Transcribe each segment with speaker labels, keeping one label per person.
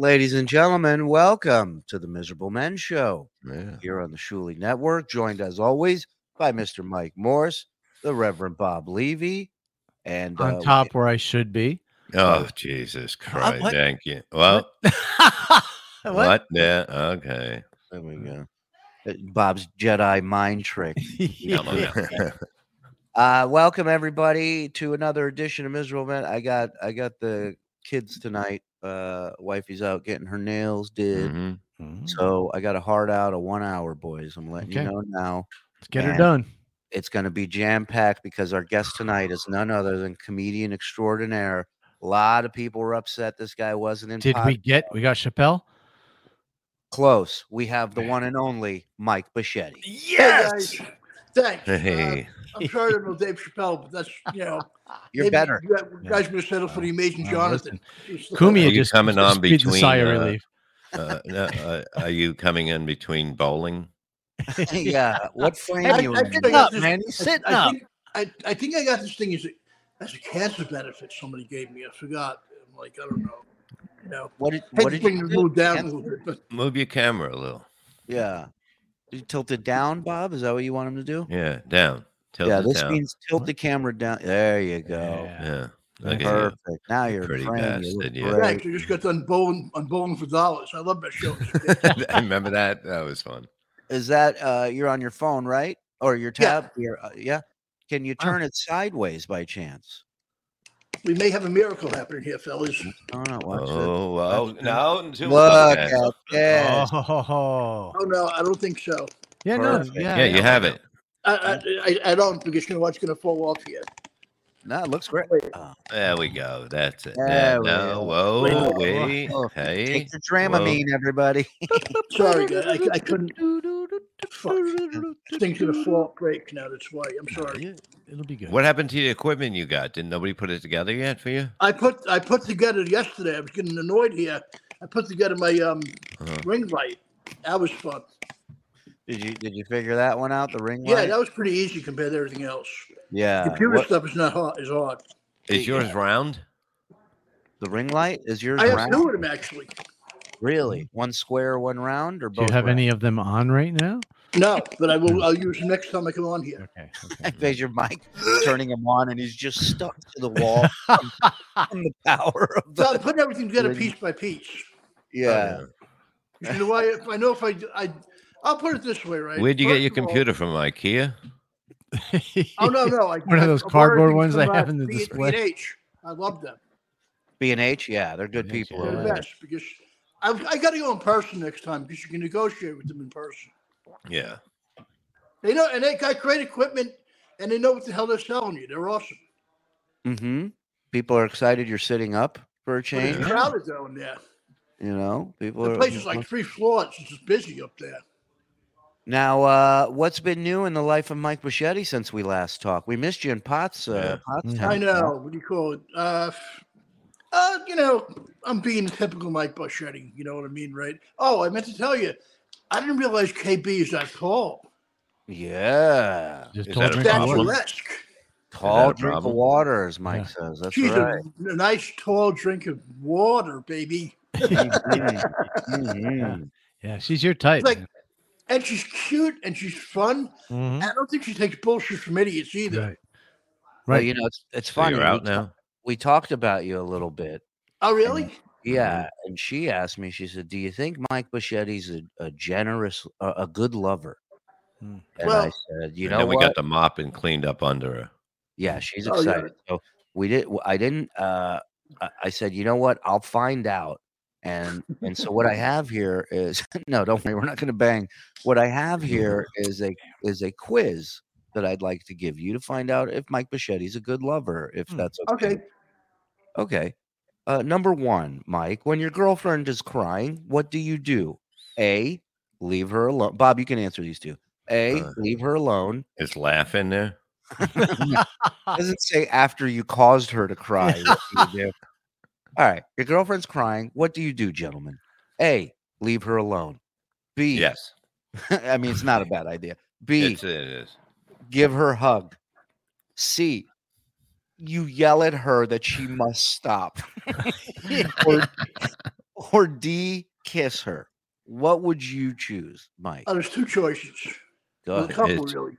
Speaker 1: Ladies and gentlemen, welcome to the Miserable Men Show
Speaker 2: Yeah.
Speaker 1: here on the Shuli Network, joined as always by Mr. Mike Morse, the Reverend Bob Levy, and
Speaker 3: on
Speaker 1: uh,
Speaker 3: top where I should be.
Speaker 2: Oh, Jesus Christ.
Speaker 3: what?
Speaker 2: Thank you. Well, what?
Speaker 3: what?
Speaker 2: Yeah. Okay.
Speaker 1: there we go. Uh, Bob's Jedi mind trick.
Speaker 2: No, no,
Speaker 3: Yeah.
Speaker 2: no.
Speaker 1: Uh, welcome everybody to another edition of Miserable Men. I got I got the kids tonight. Uh, wifey's out getting her nails did,
Speaker 2: Mhm.
Speaker 4: Hmm.
Speaker 3: Mm,
Speaker 1: so I got a hard out of one hour, boys. I'm letting you
Speaker 3: Okay.
Speaker 1: know now.
Speaker 3: Let's get her
Speaker 1: Man.
Speaker 3: done.
Speaker 1: It's going to be jam packed because our guest tonight is none other than comedian extraordinaire. A lot of people were upset this guy wasn't in.
Speaker 3: Did
Speaker 1: pod-
Speaker 3: we get? We got Chappelle.
Speaker 1: close? We have the one and only Mike Bichetti.
Speaker 4: Yes. Thanks. Uh,
Speaker 2: Hey.
Speaker 4: I'm sorry about Dave Chappelle, but that's you know.
Speaker 1: You're
Speaker 4: maybe
Speaker 1: better.
Speaker 4: You guys- you guys gonna settle for the amazing
Speaker 3: Well,
Speaker 4: Jonathan.
Speaker 3: Kumia
Speaker 2: Are you
Speaker 3: just
Speaker 2: coming on
Speaker 3: breathed a sigh of
Speaker 2: between, uh,
Speaker 3: relief.
Speaker 2: Uh, no, uh, are you coming in between bowling?
Speaker 1: yeah, what frame
Speaker 4: I-
Speaker 1: you
Speaker 4: I
Speaker 1: in?
Speaker 4: think
Speaker 3: Sitting
Speaker 4: I
Speaker 3: up,
Speaker 4: got this-
Speaker 3: man. He's
Speaker 4: I-
Speaker 3: sitting
Speaker 4: I
Speaker 3: up.
Speaker 4: think, I, I think I got this thing as a, as a cancer benefit somebody gave me. I forgot. I'm like I don't know. You know,
Speaker 1: What did,
Speaker 4: I
Speaker 1: what
Speaker 4: had
Speaker 1: did
Speaker 4: to
Speaker 1: you
Speaker 4: bring the
Speaker 1: do?
Speaker 4: mood down a little bit, but
Speaker 2: Move your camera a little.
Speaker 1: Yeah. You tilt it down, Bob? Is that what you want him to do?
Speaker 2: Yeah. Down. Tilt
Speaker 1: yeah,
Speaker 2: it
Speaker 1: this
Speaker 2: down.
Speaker 1: means tilt the camera down. There you go.
Speaker 3: Yeah.
Speaker 2: yeah. Look at you.
Speaker 1: Perfect. Now you're
Speaker 2: pretty
Speaker 1: praying. You look
Speaker 2: bastard, yeah.
Speaker 1: great.
Speaker 4: thanks. I just got done bowling on bowling for dollars. I love that show.
Speaker 2: I remember that. That was fun.
Speaker 1: Is that uh you're on your phone, right? Or your
Speaker 4: Yeah.
Speaker 1: tab? Your, uh, yeah. Can you
Speaker 3: Oh.
Speaker 1: turn it sideways by chance?
Speaker 4: we may have a miracle happening here, fellas.
Speaker 1: No, no, watch this.
Speaker 2: Oh, wow.
Speaker 1: Watch
Speaker 2: No. until-
Speaker 1: Look
Speaker 2: okay.
Speaker 1: at this.
Speaker 3: Oh.
Speaker 4: Oh no, I don't think so.
Speaker 3: Yeah. No.
Speaker 1: perfect.
Speaker 3: Yeah.
Speaker 2: Yeah, you have it.
Speaker 4: I I,
Speaker 1: Mm-hmm.
Speaker 4: I, I don't because you know what's gonna fall off here.
Speaker 1: No, it looks great. Oh,
Speaker 2: There we go. That's it.
Speaker 1: There
Speaker 2: Yeah,
Speaker 1: we
Speaker 2: no,
Speaker 1: Wait,
Speaker 2: whoa,
Speaker 1: whoa,
Speaker 2: wait.
Speaker 1: whoa.
Speaker 2: Hey.
Speaker 1: Take your Dramamine, everybody.
Speaker 4: Sorry, guys, I, I couldn't. Fuck. This thing's gonna fall break now. That's why. I'm sorry.
Speaker 3: Yeah, It'll be good.
Speaker 2: What happened to the equipment you got? Did nobody put it together yet for you?
Speaker 4: I put I put together yesterday. I was getting annoyed here. I put together my um
Speaker 2: Uh-huh.
Speaker 4: ring light. That was fun.
Speaker 1: Did you did you figure that one out? The ring
Speaker 4: Yeah,
Speaker 1: light?
Speaker 4: that was pretty easy compared to everything else.
Speaker 3: Uh,
Speaker 1: yeah.
Speaker 4: Computer
Speaker 1: What-
Speaker 4: stuff is not hard. Is hard.
Speaker 2: Is yours round?
Speaker 1: the ring light is yours
Speaker 4: I have
Speaker 1: round?
Speaker 4: two of them actually.
Speaker 1: Really? One square, one round, or
Speaker 3: Do
Speaker 1: both?
Speaker 3: you have
Speaker 1: round?
Speaker 3: any of them on right now?
Speaker 4: No, but I will. I'll use them next time I come on here.
Speaker 3: Okay.
Speaker 1: I picture Mike turning him on, and he's just stuck to the wall from the power of
Speaker 4: So
Speaker 1: the.
Speaker 4: I put everything together
Speaker 1: Ring.
Speaker 4: piece by piece.
Speaker 1: Yeah.
Speaker 4: You know why? If I know if I I I'll put it this way, right?
Speaker 2: Where'd you get
Speaker 4: First
Speaker 2: your
Speaker 4: of all-
Speaker 2: computer from? IKEA?
Speaker 4: Oh no, no! I,
Speaker 3: One of
Speaker 4: I
Speaker 3: those
Speaker 4: borrowed
Speaker 3: cardboard
Speaker 4: things
Speaker 3: ones they
Speaker 4: from,
Speaker 3: have
Speaker 4: uh,
Speaker 3: in the
Speaker 4: B-
Speaker 3: display.
Speaker 4: B&H. I love them.
Speaker 1: B and H. Yeah, they're good
Speaker 3: B&H,
Speaker 1: people.
Speaker 4: They're
Speaker 3: yeah.
Speaker 1: over
Speaker 4: the
Speaker 1: there.
Speaker 4: best because I, I got to go in person next time because you can negotiate with them in person.
Speaker 2: Yeah.
Speaker 4: They know, and they got great equipment, and they know what the hell they're selling you. They're awesome.
Speaker 1: Mm-hmm. People are excited you're sitting up for a
Speaker 4: But
Speaker 1: change.
Speaker 4: it's crowded down there.
Speaker 1: You know, people
Speaker 4: The
Speaker 1: are.
Speaker 4: place is like three floors. It's just busy up there.
Speaker 1: now, uh, what's been new in the life of Mike Bichetti since we last talked? We missed you in Potts. Uh, Pottstown.
Speaker 4: I know. What do you call it? Uh, uh, you know, I'm being typical Mike Buschetti. You know what I mean, right? Oh, I meant to tell you, I didn't realize KB is that tall.
Speaker 1: Yeah.
Speaker 3: Just
Speaker 2: Is
Speaker 3: told
Speaker 2: that a
Speaker 3: me.
Speaker 2: problem?
Speaker 4: Statuesque.
Speaker 1: Tall
Speaker 2: a
Speaker 1: drink of
Speaker 2: problem?
Speaker 1: water, as Mike says. That's
Speaker 4: She's
Speaker 1: right.
Speaker 4: a, a nice tall drink of water, baby.
Speaker 1: Mhm. Mhm.
Speaker 3: Yeah, she's your type.
Speaker 4: Like-
Speaker 3: man.
Speaker 4: And she's cute and she's fun.
Speaker 3: Mhm.
Speaker 2: Mm-hmm.
Speaker 1: Hmm?
Speaker 4: And I don't think she takes bullshit from idiots either.
Speaker 3: Right.
Speaker 1: Well,
Speaker 3: Right.
Speaker 1: you know, it's, it's
Speaker 2: So
Speaker 1: funny.
Speaker 2: you're
Speaker 1: we
Speaker 2: out
Speaker 1: ta-
Speaker 2: now?
Speaker 1: we talked about you a little bit.
Speaker 4: Oh, really?
Speaker 1: Yeah, and she asked me. She said, "Do you think Mike Bichetti's a, a generous, uh, a good lover?"
Speaker 3: Mm.
Speaker 1: And I
Speaker 4: Well-
Speaker 1: said, "You
Speaker 2: And
Speaker 1: know
Speaker 2: then we
Speaker 1: what?
Speaker 2: got the mop and cleaned up under her.
Speaker 1: yeah, she's
Speaker 4: Oh, yeah.
Speaker 1: excited." So we did. I didn't. Uh, I- I said, "You know what? I'll find out." And and so what I have here is no, don't worry, we're not going to bang. What I have here is a is a quiz that I'd like to give you to find out if Mike Bichetti's a good lover. If
Speaker 3: Hmm.
Speaker 1: that's
Speaker 4: Okay.
Speaker 1: Okay. Uh, number one, Mike, when your girlfriend is crying, what do you do? A, leave her alone. Bob, you can answer these two. A,
Speaker 2: Uh.
Speaker 1: leave her alone.
Speaker 2: Is laugh in there?
Speaker 1: Doesn't say after you caused her to cry. what do you do. All right. Your girlfriend's crying. What do you do, gentlemen? A, leave her alone. B,
Speaker 2: Yes.
Speaker 1: I mean, it's not a bad idea. B,
Speaker 2: It's, it is.
Speaker 1: give her a hug. C, you yell at her that she must stop. or, or D, kiss her? What would you choose, Mike?
Speaker 4: Uh, there's two choices.
Speaker 1: Go
Speaker 4: Well, a
Speaker 1: ahead.
Speaker 4: couple,
Speaker 2: It's-
Speaker 4: really.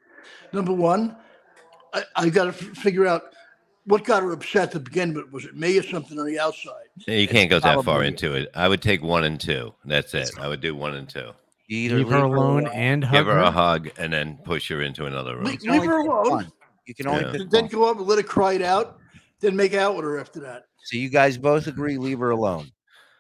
Speaker 4: Number one, I, I got to f- figure out what got her upset to begin with. Was it me or something on the outside?
Speaker 2: You can't go that far
Speaker 1: probably-
Speaker 2: into it. I would take one and two. That's it. I would do one and two.
Speaker 1: You either
Speaker 3: Leave her alone and hug
Speaker 2: Give her
Speaker 3: her.
Speaker 2: a hug and then push her into another room.
Speaker 4: Wait,
Speaker 1: You can only
Speaker 4: Leave her
Speaker 1: pick
Speaker 4: alone.
Speaker 1: one. You can only
Speaker 2: Yeah.
Speaker 1: pick
Speaker 4: And then
Speaker 1: one.
Speaker 4: go up and let her cry it out, then make out with her after that.
Speaker 1: So you guys both agree, leave her alone.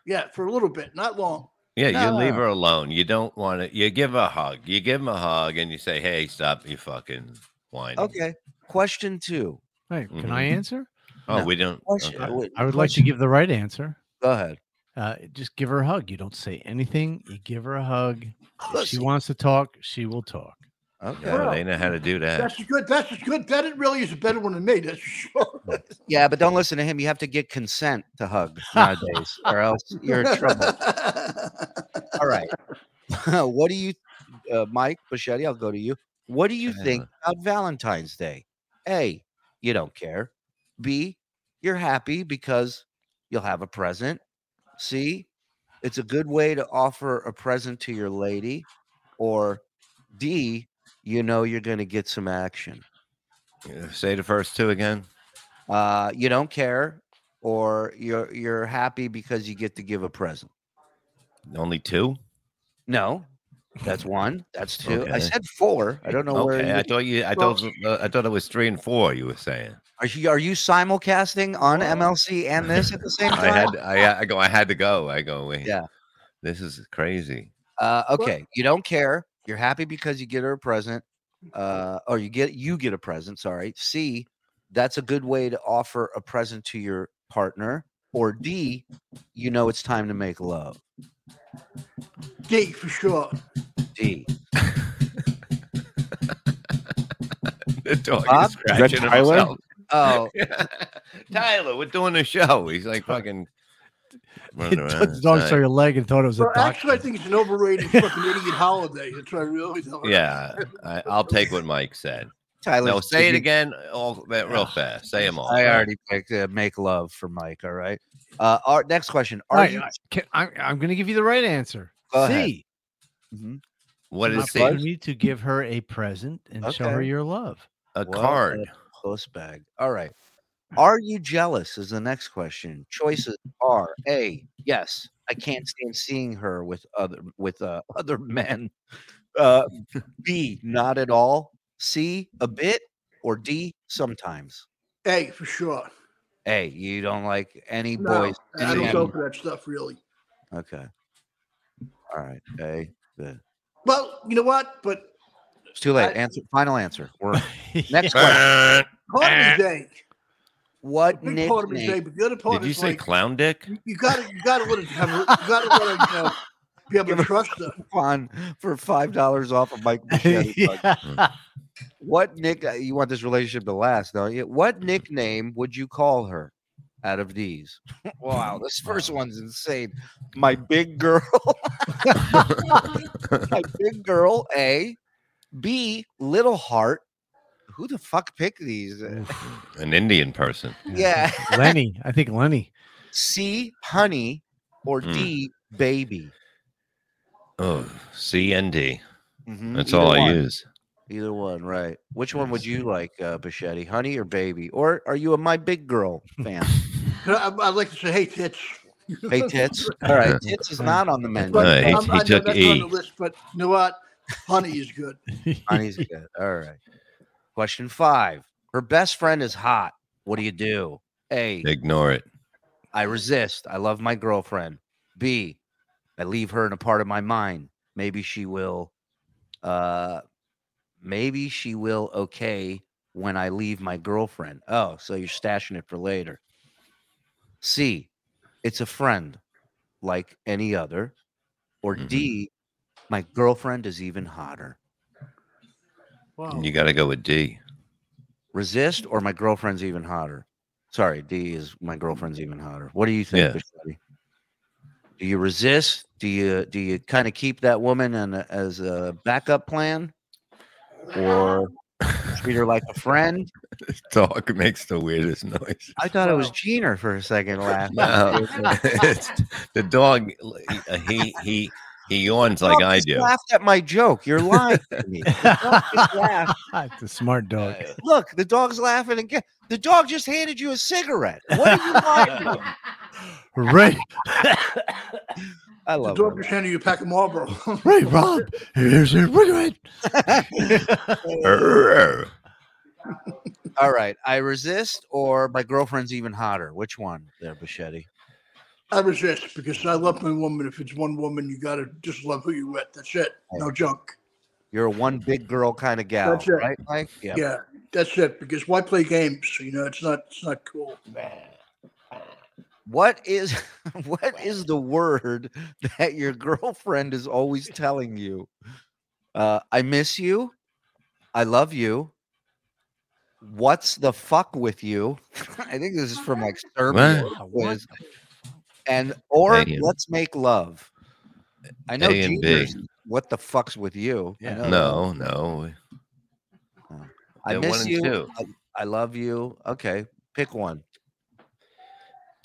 Speaker 4: Yeah, for a little bit, not long.
Speaker 2: Yeah, you leave
Speaker 1: No.
Speaker 2: her alone. You don't want to. You give her a hug. You give him a hug and you say, "Hey, stop! You fucking whining."
Speaker 1: Okay. Question two.
Speaker 3: Hey, can I
Speaker 2: Mhm.
Speaker 3: answer?
Speaker 2: Oh,
Speaker 1: No.
Speaker 2: we don't.
Speaker 1: Question,
Speaker 2: okay.
Speaker 1: wait,
Speaker 3: I would like to
Speaker 1: question-
Speaker 3: give the right answer.
Speaker 1: Go ahead.
Speaker 3: Uh, just give her a hug. You don't say anything. You give her a hug. If she
Speaker 1: Pussy.
Speaker 3: wants to talk, she will talk.
Speaker 1: Okay.
Speaker 2: No,
Speaker 4: Well,
Speaker 2: they know how to do that.
Speaker 4: That's as good. That's as good. That it really is a better one than me. That's for sure.
Speaker 1: Yeah, but don't listen to him. You have to get consent to hug nowadays, or else you're in trouble. All right. what do you, uh, Mike Bichetti? I'll go to you. What do you think about Valentine's Day? A, you don't care. B, you're happy because you'll have a present. C, it's a good way to offer a present to your lady. Or D, you know you're going to get some action.
Speaker 2: Yeah, Say the first two again.
Speaker 1: Uh, you don't care, or you're you're happy because you get to give a present.
Speaker 2: Only two.
Speaker 1: No, that's one. That's two. I
Speaker 2: Okay.
Speaker 1: said four. I don't know where.
Speaker 2: Okay,
Speaker 1: you-
Speaker 2: I thought you. I
Speaker 4: Well-
Speaker 2: thought. Uh, I thought it was three and four. You were saying.
Speaker 1: are you are you simulcasting on MLC and this at the same
Speaker 2: Oh. I
Speaker 1: time?
Speaker 2: had. I, I go. I had to go. I go. Wait.
Speaker 1: Yeah.
Speaker 2: This is crazy.
Speaker 1: uh, okay, you don't care. You're happy because you get her a present,
Speaker 2: Oh.
Speaker 1: uh, or you get you get a present. Sorry. C. That's a good way to offer a present to your partner. Or D. You know it's time to make love.
Speaker 4: D for sure.
Speaker 1: D.
Speaker 2: The dog
Speaker 1: Bob?
Speaker 2: is
Speaker 5: that
Speaker 1: Is
Speaker 2: scratching
Speaker 5: Tyler?
Speaker 2: himself.
Speaker 1: Oh,
Speaker 2: Tyler, we're doing a show. He's like fucking.
Speaker 3: It
Speaker 2: running around
Speaker 3: took the
Speaker 2: his
Speaker 3: dog
Speaker 2: neck.
Speaker 3: saw your leg and thought it was a
Speaker 4: Well,
Speaker 3: doctor.
Speaker 4: actually, I think it's an overrated fucking idiot holiday. That's what I really thought.
Speaker 2: Yeah, I, I'll take what Mike said.
Speaker 1: Tyler.
Speaker 2: No,
Speaker 1: did
Speaker 2: say it
Speaker 1: you- Ah,
Speaker 2: again, all that real fast. Say them all.
Speaker 1: I already picked uh, make love for Mike. All right. Uh, our next question. Are
Speaker 3: All right,
Speaker 1: you
Speaker 3: I- can- I'm, I'm going to give you the right answer.
Speaker 1: Go
Speaker 3: C.
Speaker 1: ahead. Mhm.
Speaker 2: What
Speaker 3: an
Speaker 2: is it?
Speaker 3: opportunity to give her a present and show her
Speaker 1: Okay.
Speaker 3: your love.
Speaker 2: A
Speaker 1: Well,
Speaker 2: card.
Speaker 1: Close bag. All right. Are you jealous? Is the next question. Choices are A, yes, I can't stand seeing her with other with uh, other men. Uh, B, not at all. C, a bit, or D, sometimes.
Speaker 4: A for sure.
Speaker 1: A, you don't like any
Speaker 4: No,
Speaker 1: boys.
Speaker 4: I
Speaker 1: any
Speaker 4: don't
Speaker 1: men.
Speaker 4: go for that stuff really.
Speaker 1: Okay. All right. A. B.
Speaker 4: Well, you know what? But
Speaker 1: It's too late.
Speaker 4: I-
Speaker 1: Answer. Final answer. We're next question.
Speaker 2: Brrrr.
Speaker 4: part of me is A.
Speaker 1: What
Speaker 4: A Big part of me is A,
Speaker 1: nickname?
Speaker 4: but the other part
Speaker 2: Did you
Speaker 4: is
Speaker 2: say
Speaker 4: like
Speaker 2: clown dick?
Speaker 4: you- you got to you got to let it have her. You got to let her you know, be able to trust her.
Speaker 1: coupon for five dollars off of Mike. Buccetti.
Speaker 3: Yeah.
Speaker 1: What nick? uh, You want this relationship to last, don't you? What nickname would you call her out of these? wow, this first one's insane. My big girl. My big girl. A. B. Little heart. Who the fuck picked these? Uh,
Speaker 2: An Indian person.
Speaker 1: Yeah.
Speaker 3: Lenny. I think Lenny.
Speaker 1: C. Honey. Or
Speaker 2: Mm.
Speaker 1: D. Baby.
Speaker 2: Oh, C and D.
Speaker 1: Mhm,
Speaker 2: That's
Speaker 1: either
Speaker 2: all I
Speaker 1: one.
Speaker 2: use.
Speaker 1: Either one, right? Which one would
Speaker 2: Yes.
Speaker 1: you like, uh, Bichetti? Honey or baby? Or are you a my big girl fan?
Speaker 4: I, I- I'd like to say, hey, tits.
Speaker 1: hey, tits. All right, tits is not on the menu.
Speaker 4: But
Speaker 2: No, he-
Speaker 4: I'm-
Speaker 2: he
Speaker 4: I know
Speaker 2: took
Speaker 4: that's
Speaker 2: E.
Speaker 4: on the list, but you know what? Honey is good.
Speaker 1: Honey's good. All right. Question five. Her best friend is hot. What do you do? A.
Speaker 2: Ignore it.
Speaker 1: I resist. I love my girlfriend. B. I leave her in a part of my mind. Maybe she will. Uh, maybe she will. Okay, when I leave my girlfriend. Oh, so you're stashing it for later. C. It's a friend, like any other. Or
Speaker 2: Mhm.
Speaker 1: D. My girlfriend is even hotter.
Speaker 4: Wow.
Speaker 2: You got to go with D.
Speaker 1: Resist or my girlfriend's even hotter. Sorry, D is my girlfriend's even hotter. What do you think,
Speaker 2: Yeah.
Speaker 1: Bichetti? Do you resist? Do you do you kind of keep that woman and as a backup plan, or treat her like a friend.
Speaker 2: Dog makes the weirdest noise.
Speaker 1: I thought it was
Speaker 4: Wow.
Speaker 1: Gina for a second last
Speaker 2: No, it's, the dog. uh, He he he yawns like I do.
Speaker 1: Laughed at my joke. You're lying to me. The dog just laughed.
Speaker 3: it's a smart dog.
Speaker 1: Look, the dog's laughing again. The dog just handed you a cigarette. What are you lying? about?
Speaker 3: Right,
Speaker 1: I
Speaker 4: The
Speaker 1: love
Speaker 4: dog
Speaker 1: her.
Speaker 4: just handed you a pack of Marlboro.
Speaker 3: right, Rob. Here's your cigarette.
Speaker 2: Arr.
Speaker 1: All right, I resist, or my girlfriend's even hotter. Which one, there, Bichetti?
Speaker 4: I resist because I love my woman. If it's one woman, you gotta just love who you're with. That's it. No junk.
Speaker 1: You're a one big girl kind of gal,
Speaker 4: That's it.
Speaker 1: right, Mike? Yeah.
Speaker 4: Yeah, that's it. Because why play games? You know, it's not it's not cool.
Speaker 1: What is what is the word that your girlfriend is always telling you? Uh, I miss you. I love you. What's the fuck with you? I think this is from like Serbia.
Speaker 2: What?
Speaker 1: it was. And or
Speaker 2: Damn.
Speaker 1: let's make love. I know
Speaker 2: A and B.
Speaker 1: Junior's, what the fuck's with you? I
Speaker 3: Yeah.
Speaker 1: know that.
Speaker 2: No, no.
Speaker 1: I
Speaker 2: They're
Speaker 1: miss
Speaker 2: one and
Speaker 1: you.
Speaker 2: two.
Speaker 1: I love you. Okay, pick one.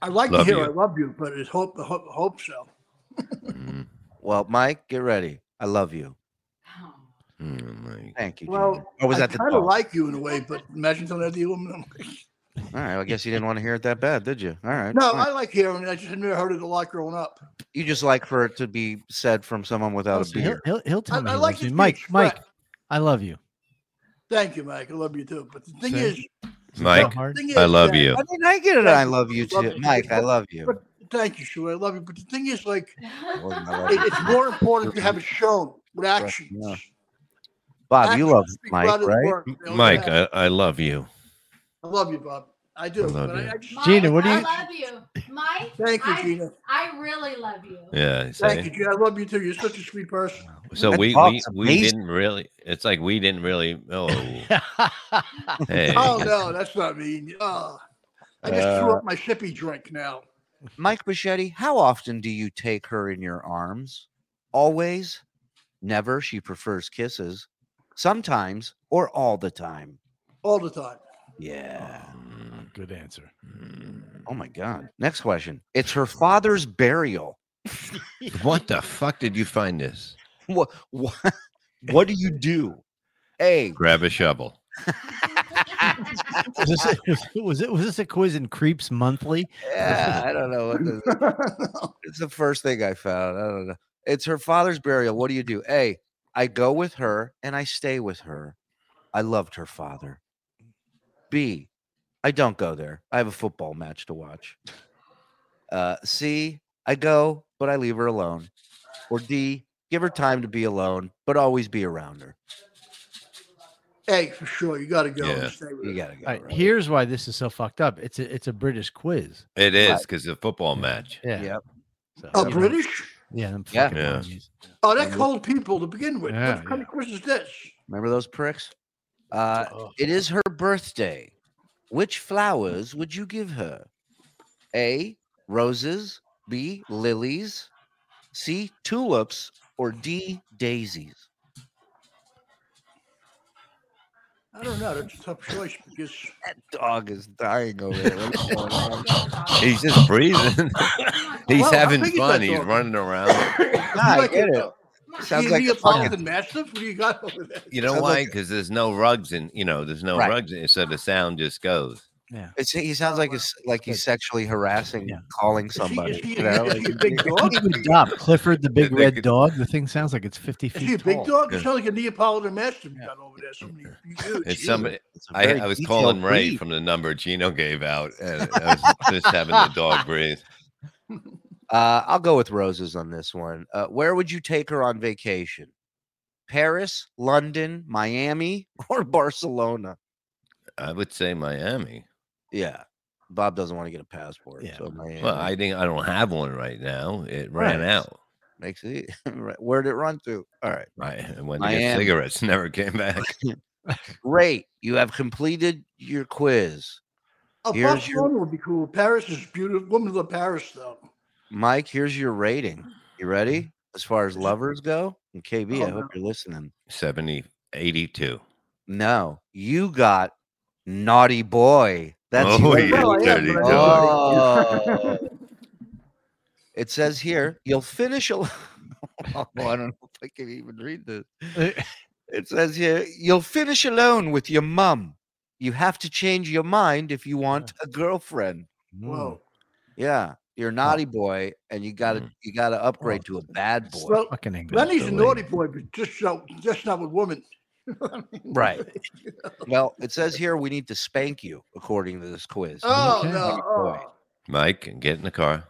Speaker 4: I like
Speaker 2: Love
Speaker 4: to hear
Speaker 2: you.
Speaker 4: I love you, but it's hope hope, hope so.
Speaker 2: Mm,
Speaker 1: Well, Mike, get ready. I love you.
Speaker 2: mm, my-
Speaker 1: Thank you.
Speaker 4: Well,
Speaker 1: Junior. or was
Speaker 4: I
Speaker 1: that the
Speaker 4: kind
Speaker 1: dog?
Speaker 4: of like you in a way, but imagine telling that to a woman.
Speaker 1: All right. well, I guess you didn't want to hear it that bad, did you? All right.
Speaker 4: No,
Speaker 1: fine.
Speaker 4: I like hearing it. I just had never heard it a lot growing up.
Speaker 1: you just like for it to be said from someone without a
Speaker 3: Listen, he'll,
Speaker 1: beard.
Speaker 3: he'll, he'll tell
Speaker 4: I-
Speaker 3: me.
Speaker 4: I
Speaker 3: he
Speaker 4: like
Speaker 3: loves
Speaker 4: his
Speaker 3: you. Mike,
Speaker 4: speech,
Speaker 3: Mike,
Speaker 4: but-
Speaker 3: I love you.
Speaker 4: Thank you, Mike. I love you too. But the thing
Speaker 3: Same.
Speaker 4: is,
Speaker 2: Mike,
Speaker 3: So hard.
Speaker 4: thing is
Speaker 2: I love
Speaker 4: that-
Speaker 2: you.
Speaker 1: I mean, I get it. I love you
Speaker 4: Love
Speaker 1: too,
Speaker 4: you.
Speaker 1: Mike. I love you.
Speaker 4: But- Thank you, Sue. I love you. But the thing is, like,
Speaker 1: I wasn't- I love
Speaker 4: it,
Speaker 1: you.
Speaker 4: it's more important to have it shown with
Speaker 1: Right,
Speaker 4: actions.
Speaker 1: yeah. Bob, you
Speaker 4: Actions
Speaker 1: love
Speaker 4: speak
Speaker 1: Mike,
Speaker 4: louder than
Speaker 1: right?
Speaker 4: words. They always
Speaker 2: Mike,
Speaker 4: have.
Speaker 2: I, I love you.
Speaker 4: I love you, Bob. I do.
Speaker 2: I love
Speaker 4: but
Speaker 2: you.
Speaker 4: I, I just,
Speaker 3: Gina, what do
Speaker 4: I
Speaker 3: you-
Speaker 5: I love you, Mike.
Speaker 4: Thank you,
Speaker 5: I,
Speaker 4: Gina.
Speaker 5: I really love you.
Speaker 2: Yeah. see?
Speaker 4: Thank you, Gina. I love you too. You're such a sweet person.
Speaker 2: So
Speaker 1: That
Speaker 2: we we,
Speaker 1: dog's
Speaker 2: we
Speaker 1: amazing.
Speaker 2: didn't really. It's like we didn't really. Oh, hey.
Speaker 4: Oh no, that's not mean. Oh, I just threw
Speaker 1: Uh,
Speaker 4: up my sippy drink now.
Speaker 1: Mike Bichetti, how often do you take her in your arms? Always? Never. She prefers kisses. Sometimes or all the time.
Speaker 4: All the time.
Speaker 1: Yeah.
Speaker 2: Mm,
Speaker 3: Good answer.
Speaker 2: mm.
Speaker 1: Oh my God. Next question. It's her father's burial.
Speaker 2: What the fuck did you find this?
Speaker 1: What what, what do you do? A.
Speaker 2: Grab a shovel.
Speaker 3: Was this, was, was it was this a quiz in Creeps Monthly?
Speaker 1: Yeah, I don't know what this It's the first thing I found. I don't know. It's her father's burial. What do you do? A, I go with her and I stay with her. I loved her father. B, I don't go there. I have a football match to watch. Uh, C, I go, but I leave her alone. Or D, give her time to be alone, but always be around her.
Speaker 4: hey, for sure. You got to go.
Speaker 2: Yeah.
Speaker 4: And stay with
Speaker 1: You
Speaker 4: it.
Speaker 1: gotta go.
Speaker 3: All right,
Speaker 1: right?
Speaker 3: here's why this is so fucked up. It's a it's a British quiz.
Speaker 2: It is because the football match.
Speaker 3: Yeah.
Speaker 1: Yep.
Speaker 3: So,
Speaker 4: Oh,
Speaker 3: you know,
Speaker 4: British?
Speaker 3: Yeah. them
Speaker 1: Yeah.
Speaker 3: fucking
Speaker 2: Yeah.
Speaker 3: Mondays.
Speaker 4: Oh, that cold people to begin with.
Speaker 3: Yeah,
Speaker 4: what kind of quiz is this?
Speaker 1: Remember those pricks? Uh,
Speaker 3: Ugh.
Speaker 1: It is her birthday. Which flowers would you give her? A. Roses. B. Lilies. C. Tulips. Or D. Daisies.
Speaker 4: I don't know. That's a tough choice because
Speaker 1: That dog is dying over there. What's going on?
Speaker 2: He's just breathing. He's
Speaker 4: Well, how
Speaker 2: having
Speaker 4: big is that
Speaker 2: fun. He's
Speaker 4: dog?
Speaker 2: running around.
Speaker 1: I
Speaker 4: Like,
Speaker 1: get it.
Speaker 4: uh,
Speaker 1: Sounds
Speaker 4: you
Speaker 1: like
Speaker 4: need a
Speaker 1: a fucking-
Speaker 4: fucking massive. What do you got over there?
Speaker 2: You know
Speaker 1: Sounds
Speaker 2: why?
Speaker 1: like-
Speaker 2: Because there's no rugs and you know there's no
Speaker 1: Right.
Speaker 2: rugs, in- so the sound just goes.
Speaker 1: It's, he sounds like he's like he's sexually harassing,
Speaker 3: Yeah.
Speaker 1: calling
Speaker 4: Is he, is
Speaker 1: somebody.
Speaker 4: he,
Speaker 1: you know,
Speaker 4: is
Speaker 1: like-
Speaker 4: he a big dog?
Speaker 3: Big red dog, Clifford the big
Speaker 2: They
Speaker 3: red
Speaker 2: could-
Speaker 3: dog. The thing sounds like it's 50
Speaker 4: Is he a
Speaker 3: feet
Speaker 4: big
Speaker 3: tall.
Speaker 4: dog?
Speaker 2: Yeah.
Speaker 4: It sounds like a Neapolitan Mastiff you got over there. Somebody huge.
Speaker 2: It's
Speaker 1: Jesus,
Speaker 2: somebody.
Speaker 1: it's a
Speaker 2: I,
Speaker 1: very
Speaker 2: I was
Speaker 1: detailed
Speaker 2: calling Ray
Speaker 1: breed.
Speaker 2: from the number Gino gave out, and I was just having the dog breathe.
Speaker 1: Uh, I'll go with roses on this one. Uh, where would you take her on vacation? Paris, London, Miami, or Barcelona?
Speaker 2: I would say Miami.
Speaker 1: Yeah, Bob doesn't want to get a passport,
Speaker 3: Yeah.
Speaker 1: so Miami
Speaker 2: Well, I think I don't have one right now. It ran
Speaker 3: Right.
Speaker 2: out.
Speaker 1: makes it. right. Where'd it run to? All right,
Speaker 2: I went to get
Speaker 1: Miami.
Speaker 2: cigarettes, never came back.
Speaker 1: great. You have completed your quiz,
Speaker 4: Oh,
Speaker 1: Here's your-
Speaker 4: Barcelona would be cool. Paris is beautiful. Women love Paris, though.
Speaker 1: Mike. Here's your rating. You ready? As far as lovers go, and KB, I
Speaker 4: Oh,
Speaker 1: hope you're listening.
Speaker 2: 70, 82.
Speaker 1: No, you got naughty boy. That's
Speaker 2: Oh,
Speaker 1: you.
Speaker 2: yeah,
Speaker 4: Well, I am,
Speaker 2: dirty
Speaker 4: but
Speaker 2: dog.
Speaker 4: I'm-
Speaker 1: Oh. it says here you'll finish al- oh, I don't know if I can even read this. It says here you'll finish alone with your mum. You have to change your mind if you want a girlfriend.
Speaker 3: Hmm.
Speaker 4: Whoa.
Speaker 1: Yeah, you're a naughty boy, and you gotta
Speaker 2: Mm.
Speaker 1: you gotta upgrade to a bad boy.
Speaker 4: So
Speaker 3: Mm. Fucking English.
Speaker 4: Lenny's a
Speaker 3: Billy.
Speaker 4: naughty boy, but just not just not with women. I mean,
Speaker 1: Right. Well, it says here we need to spank you according to this quiz.
Speaker 4: Oh
Speaker 3: Okay.
Speaker 4: no! Oh,
Speaker 2: Mike, get in the car.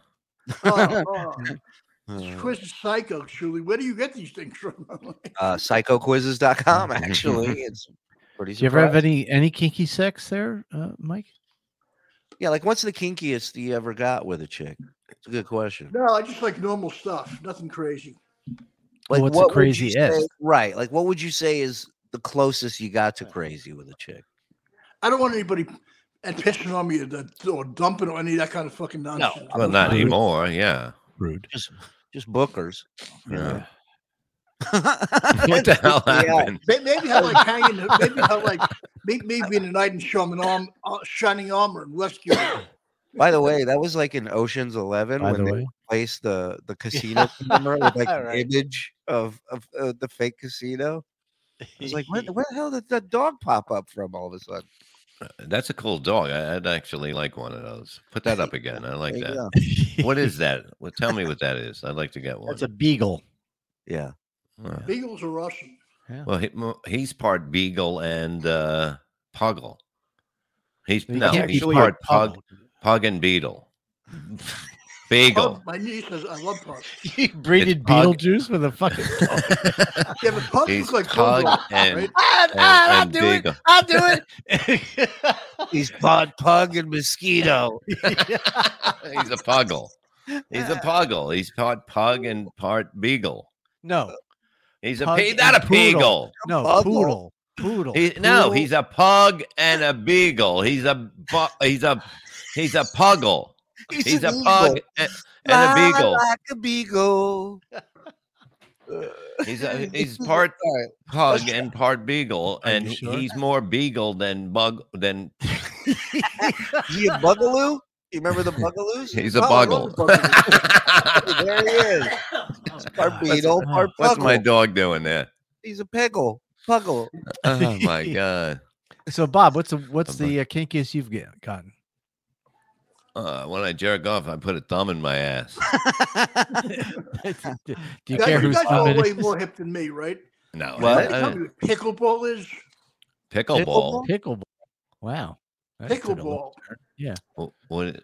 Speaker 4: oh, oh.
Speaker 1: Uh,
Speaker 4: Quiz is psycho, truly. Where do you get these things from?
Speaker 1: uh, psychoquizzes.com actually it's pretty
Speaker 3: Do you ever have
Speaker 1: surprising.
Speaker 3: any any kinky sex there, uh, Mike?
Speaker 1: yeah like what's the kinkiest you ever got with a chick it's a good question
Speaker 4: no, I just like normal stuff, nothing crazy.
Speaker 1: like
Speaker 3: what's the
Speaker 1: what would you say-
Speaker 3: craziest?
Speaker 1: right like what would you say is the closest you got to crazy with a chick
Speaker 4: I don't want anybody and pissing on me or, that- or dumping or any of that kind of fucking nonsense.
Speaker 2: Well, not
Speaker 3: Rude.
Speaker 2: anymore. Yeah.
Speaker 3: Rude.
Speaker 1: just just bookers
Speaker 2: Yeah. What
Speaker 1: what
Speaker 2: the hell happened?
Speaker 4: May- Maybe how like hanging, maybe how like me, me being a knight in shaman arm, uh, shining armor and rescuing.
Speaker 1: by the way that was like in oceans 11
Speaker 3: By
Speaker 1: when
Speaker 3: the
Speaker 1: they
Speaker 3: way,
Speaker 1: replaced the the casino camera with like an
Speaker 6: Right.
Speaker 1: image of, of uh, the fake casino I was like, where, where the hell did that dog pop up from all of a sudden?
Speaker 2: That's a cool dog. I, I'd actually like one of those. Put that up again. I like
Speaker 1: There you
Speaker 2: that.
Speaker 1: go.
Speaker 2: What is that? Well, tell me what that is. I'd like to get one.
Speaker 3: that's a beagle.
Speaker 1: Yeah.
Speaker 2: Uh,
Speaker 4: Beagles are Russian.
Speaker 2: Well, he, mo- he's part beagle and uh, puggle. He's
Speaker 3: You
Speaker 2: no,
Speaker 3: can't be
Speaker 2: he's part
Speaker 3: part
Speaker 2: pug,
Speaker 3: pug.
Speaker 2: pug and beetle. Beagle.
Speaker 4: Pug- my niece says I love pugs.
Speaker 3: You breeded
Speaker 2: pug.
Speaker 3: Beetlejuice with a fucking.
Speaker 4: Yeah, but pugs
Speaker 2: he's
Speaker 4: look like
Speaker 2: pug
Speaker 4: dogs,
Speaker 2: and,
Speaker 4: right?
Speaker 6: I, I,
Speaker 2: and,
Speaker 6: I
Speaker 2: and
Speaker 6: do it.
Speaker 2: beagle.
Speaker 6: I do it.
Speaker 1: He's pod pug and mosquito.
Speaker 2: He's a puggle. He's a puggle. He's part pug and part beagle.
Speaker 3: no,
Speaker 2: He's a
Speaker 3: Pug
Speaker 2: pig, not a
Speaker 3: and poodle.
Speaker 2: beagle.
Speaker 3: no,
Speaker 1: Puggle.
Speaker 3: poodle, poodle.
Speaker 2: He, no,
Speaker 3: poodle.
Speaker 2: he's a pug and a beagle. He's a bu- he's a he's a puggle. He's, a pug and, and a beagle.
Speaker 1: Like a beagle.
Speaker 2: He's a, he's part
Speaker 1: Alright.
Speaker 2: pug and part beagle,
Speaker 3: Are you
Speaker 2: and
Speaker 3: sure?
Speaker 2: he's more beagle than bug than
Speaker 1: He a bugaloo? You remember the bugaloos?
Speaker 2: he's a
Speaker 4: Oh, I love
Speaker 2: buggle.
Speaker 1: Hey, there he is. He's part beetle,
Speaker 3: What's-
Speaker 1: part
Speaker 2: What's
Speaker 1: puggle.
Speaker 2: my dog doing there?
Speaker 1: He's a peggle. Puggle.
Speaker 2: Oh my god!
Speaker 3: So Bob, what's the what's
Speaker 2: Oh, my-
Speaker 3: the uh, kinkiest you've get, gotten?
Speaker 2: Uh, when I jerk off, I put a thumb in my ass.
Speaker 3: do you
Speaker 4: You
Speaker 3: care
Speaker 4: guys, you
Speaker 3: who's
Speaker 4: guys are
Speaker 3: done
Speaker 4: way
Speaker 3: it?
Speaker 4: more hip than me, right?
Speaker 2: No,
Speaker 1: What?
Speaker 2: I-
Speaker 4: Tell
Speaker 2: I-
Speaker 4: me what pickleball is.
Speaker 2: pickleball.
Speaker 3: Pickleball. Wow. That took a look.
Speaker 4: Pickleball.
Speaker 2: Wh- What?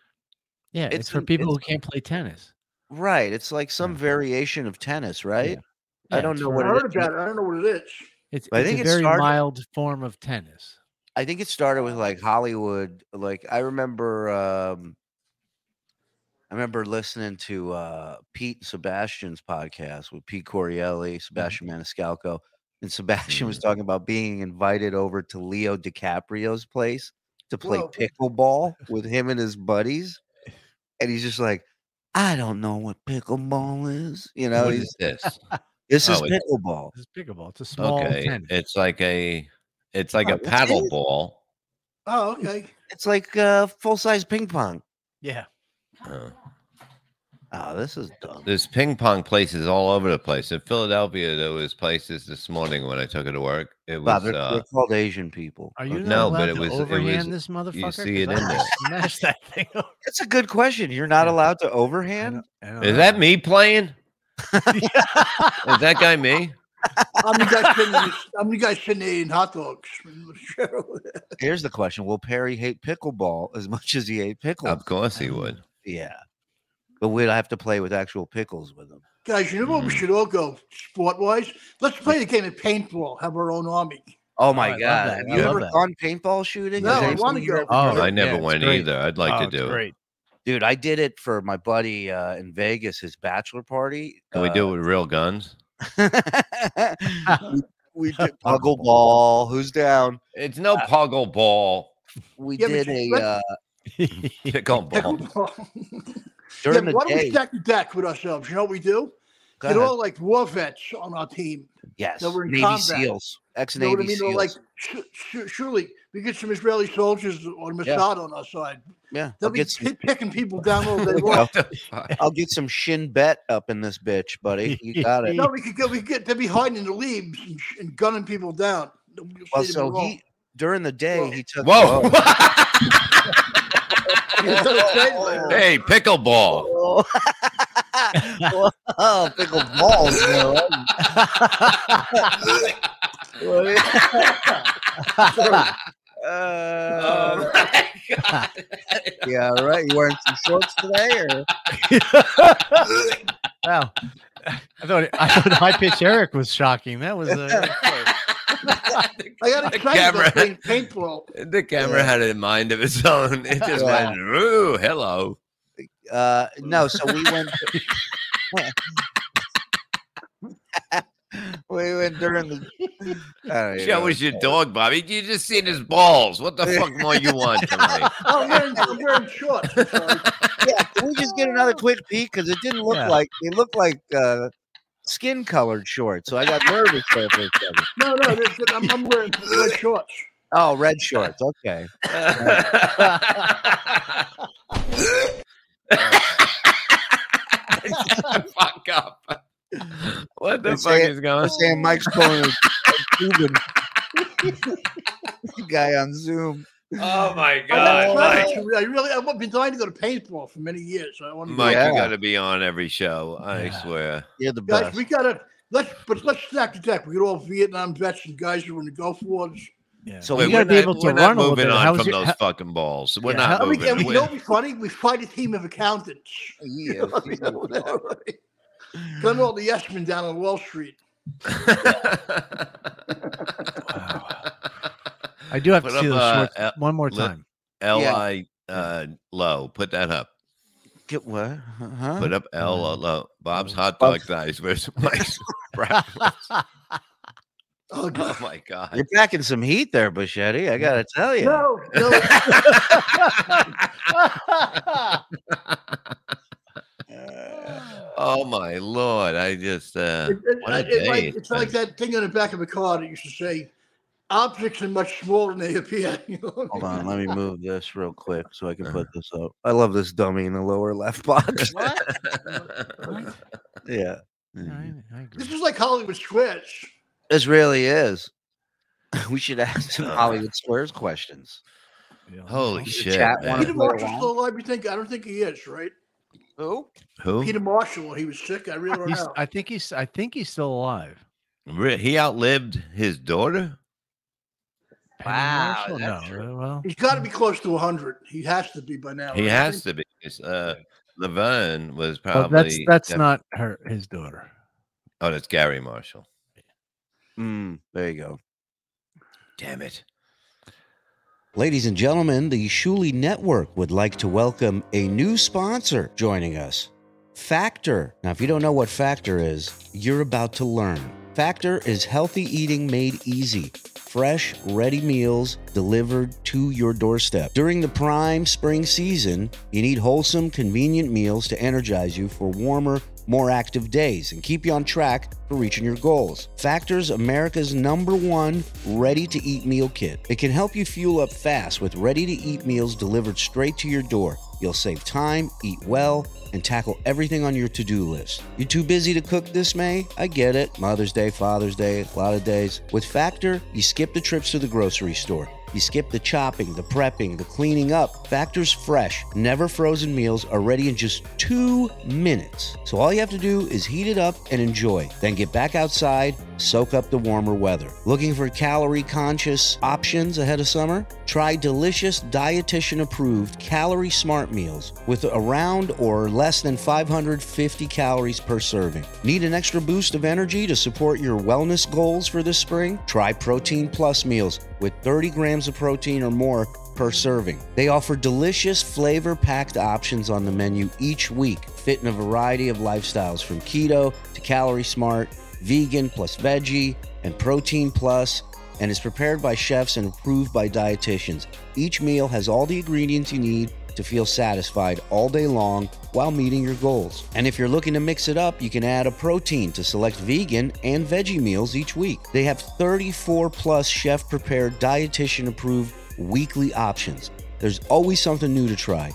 Speaker 3: Yeah, it's,
Speaker 1: It's
Speaker 3: for
Speaker 1: an-
Speaker 3: people
Speaker 1: it's-
Speaker 3: who can't play tennis.
Speaker 1: right. It's like some
Speaker 3: Yeah.
Speaker 1: variation of tennis, right? I
Speaker 3: Yeah,
Speaker 1: don't
Speaker 3: it's
Speaker 1: know
Speaker 3: for-
Speaker 1: what
Speaker 4: I
Speaker 1: it is.
Speaker 4: heard about it. I don't know what it is.
Speaker 3: It's,
Speaker 1: I
Speaker 3: it's
Speaker 1: think
Speaker 3: a
Speaker 1: it
Speaker 3: very
Speaker 1: started-
Speaker 3: mild form of tennis.
Speaker 1: I think it started with like Hollywood. Like I remember, um, I remember listening to uh, Pete and Sebastian's podcast with Pete
Speaker 2: Mm-hmm.
Speaker 1: Corielli, Sebastian Maniscalco, and Sebastian was talking about being invited over to Leo DiCaprio's place to play
Speaker 4: Whoa.
Speaker 1: pickleball with him and his buddies, and he's just like, I don't know what pickleball is. You know,
Speaker 2: what
Speaker 1: he's,
Speaker 2: is this?
Speaker 1: this is
Speaker 2: Oh, it's-
Speaker 1: pickleball.
Speaker 3: It's pickleball. It's a small
Speaker 2: Okay,
Speaker 3: tennis.
Speaker 2: it's like a it's like
Speaker 1: Oh,
Speaker 2: a
Speaker 1: it is?
Speaker 2: paddle ball.
Speaker 4: Oh, okay.
Speaker 1: It's like uh, full size ping pong.
Speaker 3: Yeah.
Speaker 2: Uh,
Speaker 1: Oh, this is dumb.
Speaker 2: There's ping pong places all over the place. In Philadelphia, there was places this morning when I took her to work. It was
Speaker 1: Bob, they're,
Speaker 2: uh,
Speaker 1: they're called Asian people.
Speaker 3: Are you
Speaker 1: Okay.
Speaker 3: not
Speaker 2: No, but
Speaker 3: allowed
Speaker 2: it
Speaker 3: to
Speaker 2: was- it was-
Speaker 3: overhand this motherfucker? 'Cause
Speaker 2: see it
Speaker 3: I
Speaker 2: in
Speaker 3: would
Speaker 2: there.
Speaker 3: Smash that thing. Over.
Speaker 1: That's a good question. You're not
Speaker 3: Yeah.
Speaker 1: allowed to
Speaker 3: I
Speaker 1: overhand.
Speaker 3: don't- I don't
Speaker 2: Is
Speaker 3: know.
Speaker 2: that me playing? Is that guy me?
Speaker 4: I'm the guy sitting, I'm the guy sitting eating hot dogs.
Speaker 1: Here's the question: Will Perry hate pickleball as much as he hate pickles?
Speaker 2: Of course he would.
Speaker 1: Yeah, but we'd have to play with actual pickles with him.
Speaker 4: Guys, you know what we
Speaker 2: Mhm.
Speaker 4: should all go sport wise? Let's play the game of paintball, have our own army.
Speaker 1: Oh
Speaker 3: I
Speaker 1: my
Speaker 3: love
Speaker 1: god!
Speaker 3: that.
Speaker 1: Have
Speaker 3: I
Speaker 1: you
Speaker 3: love
Speaker 1: ever
Speaker 3: that.
Speaker 1: gone paintball shooting?
Speaker 4: No,
Speaker 1: Has
Speaker 4: I
Speaker 1: anyone
Speaker 4: want to
Speaker 1: in
Speaker 4: go.
Speaker 1: your-
Speaker 3: Oh,
Speaker 2: I
Speaker 3: yeah,
Speaker 2: never
Speaker 3: it's
Speaker 2: went
Speaker 3: great.
Speaker 2: either. I'd like
Speaker 3: Oh,
Speaker 2: to
Speaker 3: it's
Speaker 2: do it.
Speaker 3: great.
Speaker 1: Dude, I did it for my buddy uh, in Vegas, his bachelor party. uh,
Speaker 2: Can we do
Speaker 3: Uh
Speaker 2: it with real guns?
Speaker 1: it? we did puggle ball. Who's down?
Speaker 2: It's no
Speaker 3: Uh,
Speaker 2: puggle ball,
Speaker 1: We
Speaker 4: Yeah, but
Speaker 1: did a
Speaker 4: you- let's-
Speaker 1: uh,
Speaker 2: pickle ball.
Speaker 4: Pickleball. yeah,
Speaker 1: during the
Speaker 4: why don't we
Speaker 1: day.
Speaker 4: stack the deck with ourselves? You know what we do?
Speaker 1: Go
Speaker 4: They're
Speaker 1: ahead.
Speaker 4: all like war vets on our team.
Speaker 1: yes.
Speaker 4: that were in
Speaker 1: Navy
Speaker 4: combat.
Speaker 1: SEALs. Ex
Speaker 4: You know
Speaker 1: Navy
Speaker 4: what I mean? They're
Speaker 1: SEALs.
Speaker 4: Like, "Su- su- surely we get some Israeli soldiers on Mossad
Speaker 1: Yeah.
Speaker 4: on our side.
Speaker 1: yeah.
Speaker 4: They'll
Speaker 1: I'll
Speaker 4: be
Speaker 1: get, some,
Speaker 4: pi- picking people down all day long.
Speaker 2: What the fuck?
Speaker 1: I'll get some shin bet up in this bitch, buddy. You got it.
Speaker 4: No, we could go. We get they'd be hiding in the leaves and, sh- and gunning people down. We'll
Speaker 1: Well,
Speaker 4: say to
Speaker 1: so
Speaker 4: them,
Speaker 1: he during the day
Speaker 4: Whoa.
Speaker 1: he took
Speaker 2: Whoa.
Speaker 4: "Oh."
Speaker 2: hey, pickleball.
Speaker 1: Whoa. Whoa, pickle balls. man.
Speaker 2: Oh
Speaker 1: Uh,
Speaker 2: Oh my God.
Speaker 1: yeah, right. You wearing some shorts today, or
Speaker 3: wow. I thought I thought high pitch Eric was shocking. That was uh,
Speaker 4: I got
Speaker 2: The
Speaker 4: excited
Speaker 2: camera.
Speaker 4: about playing paintball.
Speaker 2: the camera had a mind of its own. It just
Speaker 1: Yeah.
Speaker 2: went, ooh, hello.
Speaker 1: uh, no? So we went. we went during the. I don't even know.
Speaker 2: Show us your dog, Bobby. You just seen his balls. What the fuck more you want from me?
Speaker 4: Oh, I'm wearing, I'm wearing shorts. I'm sorry.
Speaker 1: yeah, can we just get another quick peek? Because it didn't look
Speaker 3: Yeah.
Speaker 1: like it looked like uh, skin colored shorts. So I got nervous there for a second.
Speaker 4: No, no, that's it. I'm, I'm wearing red shorts.
Speaker 1: Oh, red shorts. Okay.
Speaker 2: fuck up. What
Speaker 1: They
Speaker 2: the fuck
Speaker 1: say it-
Speaker 2: is going
Speaker 1: I'm
Speaker 2: on?
Speaker 1: saying Mike's calling a, a Cuban guy on Zoom.
Speaker 2: Oh my
Speaker 4: I got
Speaker 2: god, Mike.
Speaker 4: excited. I really, I've been dying to go to paintball for many years. So I want to.
Speaker 2: Mike,
Speaker 1: Yeah.
Speaker 2: you gotta be on every show. I
Speaker 3: Yeah.
Speaker 2: swear.
Speaker 1: You're the
Speaker 4: Guys,
Speaker 1: best.
Speaker 4: we gotta let's but let's stack the deck. We get all Vietnam vets and guys who were in the Gulf Wars.
Speaker 3: yeah.
Speaker 1: So
Speaker 3: so
Speaker 1: Well,
Speaker 2: Wait,
Speaker 1: you
Speaker 2: we're
Speaker 3: we gotta be
Speaker 2: not-
Speaker 3: able to
Speaker 2: we're
Speaker 3: run a
Speaker 2: not
Speaker 3: little
Speaker 2: moving
Speaker 3: bit.
Speaker 2: on
Speaker 3: How's
Speaker 2: from
Speaker 3: your-
Speaker 2: those
Speaker 3: how-
Speaker 2: fucking balls. We're
Speaker 3: Yeah,
Speaker 2: not
Speaker 3: how-
Speaker 4: And we,
Speaker 2: moving.
Speaker 4: and we, you know
Speaker 2: We're-
Speaker 4: what'd be funny? We fight a team of accountants. You
Speaker 1: Yeah.
Speaker 4: know what I mean? That would- that would be- Them all the yes men down on Wall Street.
Speaker 3: Oh. I do have
Speaker 2: Put
Speaker 3: to see
Speaker 2: up,
Speaker 3: those
Speaker 2: uh,
Speaker 3: shorts
Speaker 2: L-
Speaker 3: one more
Speaker 2: li-
Speaker 3: time.
Speaker 2: L I uh, low. Put that up.
Speaker 1: Get what? Huh?
Speaker 2: Put up L O low. Bob's hot dog
Speaker 1: Bob's-
Speaker 2: thighs versus Mike's. brat wurst.
Speaker 4: Oh,
Speaker 2: oh
Speaker 4: God.
Speaker 2: my god.
Speaker 1: You're packing some heat there, Buschetti. I gotta tell you.
Speaker 4: No, no,
Speaker 2: Oh my lord! I just uh,
Speaker 4: It- it-
Speaker 2: What a
Speaker 4: it- it like-
Speaker 2: day it's
Speaker 4: it's like that thing on the back of a car that used to say, "Objects are much smaller than they appear." You know?
Speaker 1: Hold on, let me move this real quick so I can put this up. I love this dummy in the lower left box. yeah. Mhm.
Speaker 2: Mm.
Speaker 4: This is like Hollywood Squares.
Speaker 1: This really is. We should ask some
Speaker 2: Uh,
Speaker 1: Hollywood Squares questions.
Speaker 2: holy
Speaker 1: The
Speaker 2: shit!
Speaker 1: chat
Speaker 2: man.
Speaker 1: wanna
Speaker 4: Peter
Speaker 1: play
Speaker 4: Marshall's
Speaker 1: along?
Speaker 4: still alive. You think? I don't think he is, right?
Speaker 1: Who?
Speaker 2: Who?
Speaker 4: Peter Marshall, when he was sick, I really don't
Speaker 3: He's,
Speaker 4: know.
Speaker 3: I think he's. I think he's still alive.
Speaker 2: Re- He outlived his daughter.
Speaker 3: Penny
Speaker 1: Wow,
Speaker 3: Marshall?
Speaker 1: that's
Speaker 3: No,
Speaker 1: true.
Speaker 3: uh, Well,
Speaker 4: He's got to be close to 100. He has to be by now.
Speaker 2: He
Speaker 4: right?
Speaker 2: has to be. 'cause, Uh, Laverne was
Speaker 3: well,
Speaker 2: probably.
Speaker 3: that's that's
Speaker 2: def-
Speaker 3: not her. His daughter.
Speaker 2: Oh, that's Gary Marshall.
Speaker 1: Mm, there you go.
Speaker 2: Damn it!
Speaker 1: Ladies and gentlemen, the Shuli Network would like to welcome a new sponsor joining us Factor. Now, if you don't know what Factor is, you're about to learn. Factor is healthy eating made easy. Fresh, ready meals delivered to your doorstep. During the prime spring season, you need wholesome, convenient meals to energize you for warmer, more active days and keep you on track for reaching your goals. Factor's America's number one ready to eat meal kit. It can help you fuel up fast with ready to eat meals delivered straight to your door. You'll save time, eat well, and tackle everything on your to do list. You're too busy to cook this May? I get it. Mother's Day, Father's Day, a lot of days. With Factor, you skip the trips to the grocery store. You skip the chopping, the prepping, the cleaning up. Factor's fresh, never frozen meals are ready in just two minutes. So all you have to do is heat it up and enjoy. Then get back outside, soak up the warmer weather. Looking for calorie conscious options ahead of summer? Try delicious dietitian approved calorie smart meals with around or less than 550 calories per serving. Need an extra boost of energy to support your wellness goals for this spring? Try Protein Plus meals with 30 grams of protein or more per serving. They offer delicious, flavor packed options on the menu each week, fit in a variety of lifestyles from keto to calorie smart, vegan plus veggie, and protein plus, and is prepared by chefs and approved by dietitians. Each meal has all the ingredients you need to feel satisfied all day long while meeting your goals. And if you're looking to mix it up, you can add a protein to select vegan and veggie meals each week. They have 34 plus chef prepared, dietitian approved weekly options. There's always something new to try.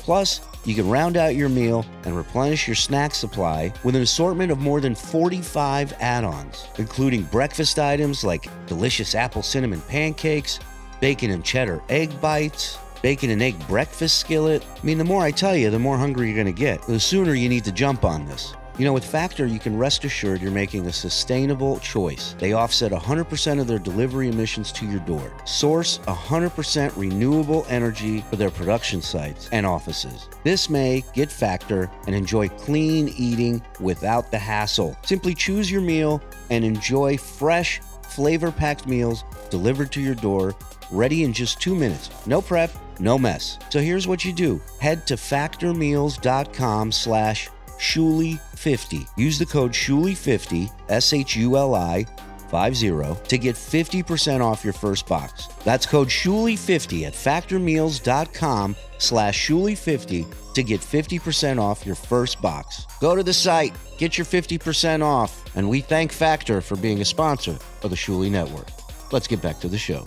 Speaker 1: Plus, you can round out your meal and replenish your snack supply with an assortment of more than 45 add ons, including breakfast items like delicious apple cinnamon pancakes, bacon and cheddar egg bites, bacon and egg breakfast skillet. I mean, the more I tell you, the more hungry you're going to get. The sooner you need to jump on this. You know, with Factor, you can rest assured you're making a sustainable choice. They offset 100% of their delivery emissions to your door, source 100% renewable energy for their production sites and offices. This May, get Factor and enjoy clean eating without the hassle. Simply choose your meal and enjoy fresh, flavor packed meals delivered to your door, ready in just two minutes. No prep, no mess. So here's what you do head to factormeals.com slash Shuli50. Use the code Shuli50, S H U L I 50, to get 50% off your first box. That's code Shuli50 at factormeals.com slash Shuli50 to get 50% off your first box. Go to the site, get your 50% off, and we thank Factor for being a sponsor of the Shuli Network. Let's get back to the show.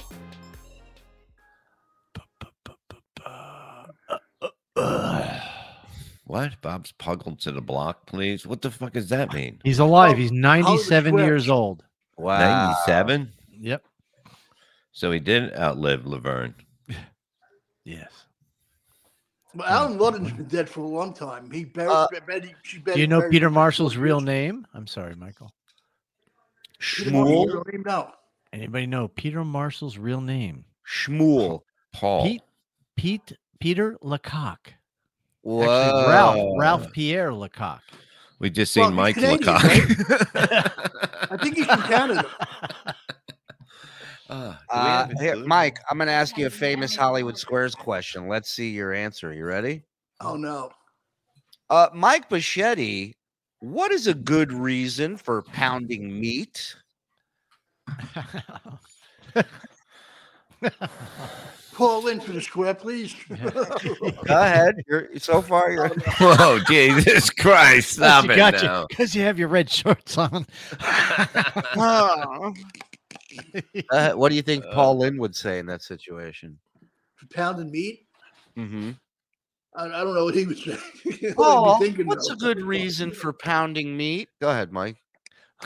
Speaker 2: What? Bob's puggled to the block, please. What the fuck does that mean?
Speaker 3: He's alive. He's
Speaker 4: how
Speaker 3: 97
Speaker 4: does it
Speaker 3: years old.
Speaker 2: Ninety-seven.
Speaker 3: Yep.
Speaker 2: So he did outlive Laverne.
Speaker 3: Yes.
Speaker 4: Well, Alan Ludden's been dead for a long time. He buried.
Speaker 1: Uh,
Speaker 4: Betty, she
Speaker 3: Do
Speaker 4: buried-
Speaker 3: you know
Speaker 4: buried-
Speaker 3: Peter Marshall's real name? I'm sorry, Michael.
Speaker 4: Peter Marshall's
Speaker 1: Shmuel,
Speaker 4: real name? No.
Speaker 3: Anybody know Peter Marshall's real name?
Speaker 1: Shmuel.
Speaker 2: Paul.
Speaker 3: Pete Pete Peter Lecoq.
Speaker 1: Whoa.
Speaker 3: Actually, Ralph Ralph Pierre Lecoq.
Speaker 2: We just
Speaker 4: Well,
Speaker 2: seen
Speaker 4: he's
Speaker 2: Mike
Speaker 4: Canadian,
Speaker 2: Lecoq.
Speaker 4: I think he's from Canada.
Speaker 2: Ah, do we
Speaker 1: Uh,
Speaker 2: have a
Speaker 1: here,
Speaker 2: clue?
Speaker 1: Mike, I'm going to ask you a famous Hollywood Squares question. Let's see your answer. You ready?
Speaker 4: Oh no.
Speaker 1: Uh, Mike Bichetti, what is a good reason for pounding meat?
Speaker 4: Pull in for the square, please.
Speaker 1: Go ahead. You're, so far, you're.
Speaker 2: Whoa, Jesus Christ! Stop
Speaker 3: you
Speaker 2: it
Speaker 3: got
Speaker 2: now.
Speaker 3: you because you have your red shorts on.
Speaker 1: Go ahead. what do you think Paul Lynn would say in that situation?
Speaker 4: Pounding meat.
Speaker 1: Mm-hmm.
Speaker 4: I, I don't know what he was saying. What he was
Speaker 1: Paul,
Speaker 4: thinking,
Speaker 1: Oh, what's
Speaker 4: though.
Speaker 1: a good reason for pounding meat? Go ahead, Mike.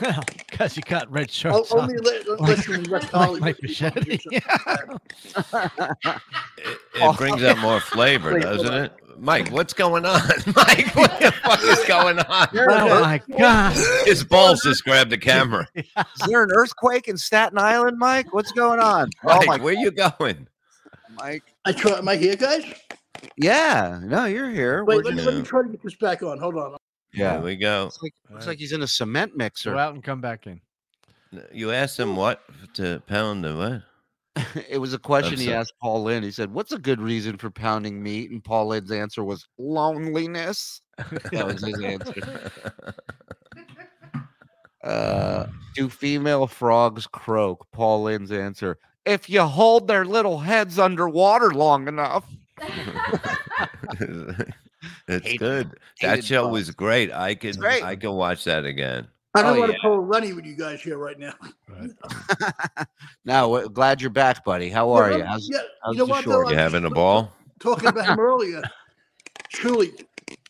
Speaker 3: Well, because you got red
Speaker 4: O-
Speaker 3: shorts on.
Speaker 4: Oh, only let, unless you're in
Speaker 3: Like
Speaker 4: West Hollywood.
Speaker 3: Mike
Speaker 4: you can do
Speaker 3: Bichetti.
Speaker 4: something.
Speaker 2: It, it brings out more flavor,
Speaker 4: Wait,
Speaker 2: doesn't
Speaker 4: hold
Speaker 2: it? Mike, what's going on? Mike, what the fuck is going on?
Speaker 3: oh my god!
Speaker 2: His balls just grabbed the camera.
Speaker 1: Is there an earthquake in Staten Island, Mike? What's going on? Oh
Speaker 2: Mike,
Speaker 1: my,
Speaker 2: where you going?
Speaker 1: Mike.
Speaker 4: I try. Am I here, guys?
Speaker 1: Yeah, no, you're here. We're
Speaker 4: Wait, let
Speaker 1: just-
Speaker 4: me, let me
Speaker 2: No.
Speaker 4: try to get this back on. Hold on.
Speaker 2: Here
Speaker 1: yeah,
Speaker 2: we go.
Speaker 1: looks like, looks
Speaker 3: Alright.
Speaker 1: like he's in a cement
Speaker 3: Go
Speaker 1: mixer.
Speaker 3: out and come back in.
Speaker 2: You asked him what to pound the what?
Speaker 1: it was a question
Speaker 2: I'm
Speaker 1: he
Speaker 2: sorry.
Speaker 1: asked Paul Lynn. He said, "What's a good reason for pounding meat?" And Paul Lynn's answer was loneliness. That was his answer. Uh, do female frogs croak? Paul Lynn's answer: If you hold their little heads underwater long enough.
Speaker 2: it's
Speaker 1: Hated-
Speaker 2: good. That
Speaker 1: hated
Speaker 2: show
Speaker 1: bugs.
Speaker 2: was great. I could
Speaker 1: great.
Speaker 2: I could watch that again.
Speaker 4: I don't
Speaker 1: Oh,
Speaker 4: want
Speaker 1: yeah.
Speaker 4: to pull a Lenny with you guys here right now.
Speaker 1: now, we're uh, glad you're back, buddy. How
Speaker 4: Yeah,
Speaker 1: are
Speaker 4: I'm-
Speaker 1: you? How's,
Speaker 4: yeah,
Speaker 1: how's
Speaker 4: you know
Speaker 1: the
Speaker 4: what? Though,
Speaker 1: short?
Speaker 4: I'm
Speaker 2: You having a
Speaker 4: just
Speaker 2: ball?
Speaker 4: Talking about him earlier. Truly.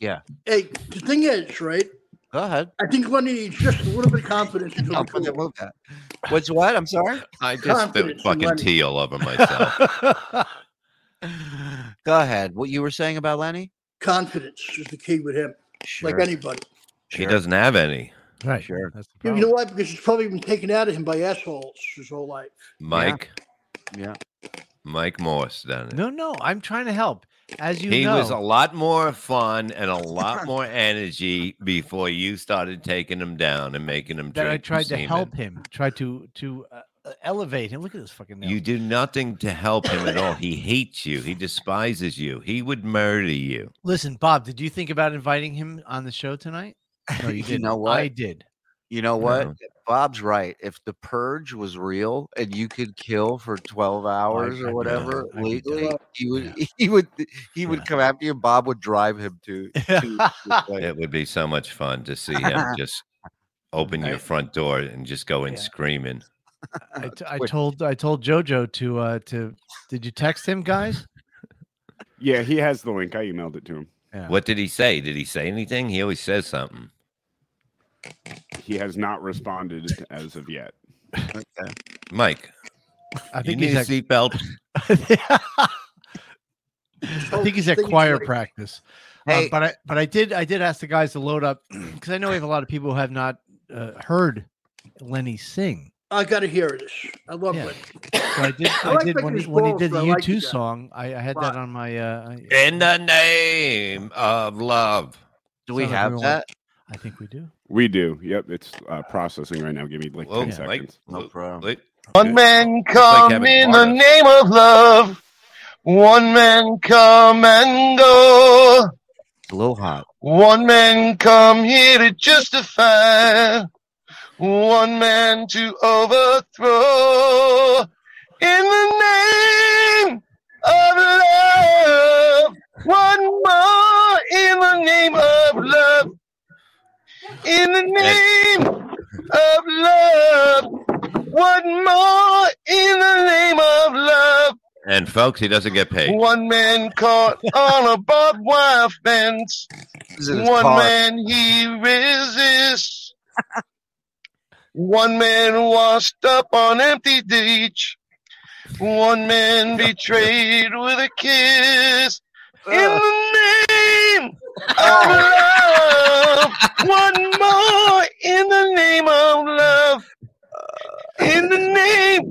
Speaker 1: Yeah.
Speaker 4: Hey, the thing is, right?
Speaker 1: Go ahead.
Speaker 4: I think Lenny needs just a little bit of confidence. in
Speaker 1: I'll
Speaker 4: him,
Speaker 1: put
Speaker 4: too.
Speaker 1: that- move that. What's what? I'm sorry.
Speaker 2: I just
Speaker 4: confidence
Speaker 2: spilled
Speaker 4: in
Speaker 2: fucking
Speaker 4: Lenny.
Speaker 2: tea all over myself.
Speaker 1: Go ahead. What you were saying about Lenny?
Speaker 4: Confidence is the key with him, like anybody.
Speaker 2: He doesn't have any.
Speaker 3: Right.
Speaker 1: Sure.
Speaker 3: That's the
Speaker 4: You
Speaker 3: problem.
Speaker 4: know why? Because it's probably been taken out of him by assholes his whole life.
Speaker 2: Mike.
Speaker 1: Yeah.
Speaker 2: Mike Morse done it.
Speaker 3: No, no. I'm trying to help. As you
Speaker 2: he
Speaker 3: know,
Speaker 2: was a lot more fun and a lot more energy before you started taking him down and making him
Speaker 3: that
Speaker 2: drink
Speaker 3: I tried to
Speaker 2: semen.
Speaker 3: help him, tried to to uh, uh, elevate him. Look at this fucking. Nail.
Speaker 2: You do nothing to help him at all. He hates you. He despises you. He would murder you.
Speaker 3: Listen, Bob. Did you think about inviting him on the show tonight? No, you
Speaker 1: You
Speaker 3: didn't.
Speaker 1: know what?
Speaker 3: I did.
Speaker 1: You know what?
Speaker 2: Yeah.
Speaker 1: Bob's right. If the purge was real and you could kill for 12 hours
Speaker 3: I'd
Speaker 1: or
Speaker 3: do
Speaker 1: whatever
Speaker 3: it. I could do
Speaker 1: legally,
Speaker 4: it.
Speaker 1: he would he would he would
Speaker 3: Yeah.
Speaker 1: come after you and Bob would drive him to, to this place.
Speaker 2: It would be so much fun to see him just open your
Speaker 3: Right.
Speaker 2: front door and just go in
Speaker 3: Yeah.
Speaker 2: screaming.
Speaker 3: I, t- I
Speaker 1: Twitch.
Speaker 3: told I told JoJo to uh to did you text him guys?
Speaker 6: Yeah, he has the link. I emailed it to him.
Speaker 3: Yeah.
Speaker 2: What did he say? Did he say anything? He always says something.
Speaker 6: He has not responded as of yet.
Speaker 2: Mike,
Speaker 3: I
Speaker 2: you
Speaker 3: think
Speaker 2: need
Speaker 3: he's
Speaker 2: a
Speaker 3: at,
Speaker 2: seatbelt.
Speaker 3: I think he's at
Speaker 4: Thing is,
Speaker 3: choir
Speaker 4: like,
Speaker 3: practice.
Speaker 1: Hey,
Speaker 3: Uh, but I but I did I did ask the guys to load up because I know we have a lot of people who have not uh, heard Lenny sing.
Speaker 4: I gotta hear this. I love
Speaker 3: Yeah.
Speaker 4: it.
Speaker 3: So I did
Speaker 4: I
Speaker 3: I,
Speaker 4: like
Speaker 3: did when
Speaker 4: Becky's
Speaker 3: he, when he
Speaker 4: balls,
Speaker 3: did the
Speaker 4: though. I like
Speaker 3: U2
Speaker 4: you guys.
Speaker 3: song. I, I had
Speaker 4: Wow.
Speaker 3: that on my uh, I-
Speaker 2: In the name of love.
Speaker 1: do we
Speaker 3: sounded like we
Speaker 1: have
Speaker 3: were on-
Speaker 1: that?
Speaker 3: I think we do.
Speaker 6: We do. Yep, it's uh, processing right now. Give me like
Speaker 2: Whoa,
Speaker 6: ten
Speaker 2: Oh, Mike.
Speaker 6: seconds.
Speaker 1: No
Speaker 2: Look,
Speaker 1: problem.
Speaker 2: look.
Speaker 6: Yeah.
Speaker 7: One man come
Speaker 2: Kevin
Speaker 7: in the
Speaker 2: Carter.
Speaker 7: name of love. One man come and go.
Speaker 1: It's a little hot.
Speaker 7: One man come here to justify. One man to overthrow. In the name of love. One more in the name of love. In the name of love. One more in the name of love.
Speaker 2: And folks, he doesn't get paid.
Speaker 7: One man caught on a barbed wire fence.
Speaker 1: This is
Speaker 7: One
Speaker 1: car.
Speaker 7: man he resists. One man washed up on empty ditch. One man betrayed with a kiss. In the name of love. One more in the name of love. In the name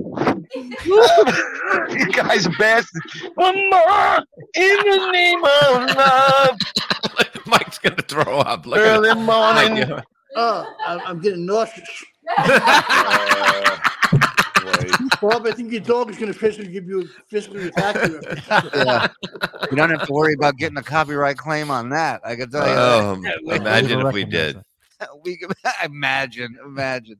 Speaker 7: of you guys are bastards. One more in the name of love.
Speaker 2: Mike's gonna throw up. Look at
Speaker 7: Early morning.
Speaker 2: him.
Speaker 4: Oh, I'm, I'm getting nauseous.
Speaker 2: Uh,
Speaker 4: Bob, I think your dog is gonna physically give you a physically attack you.
Speaker 1: Yeah. you don't have to worry about getting a copyright claim on that. I can tell you. that.
Speaker 2: Oh, imagine if we did.
Speaker 1: we could- imagine, imagine.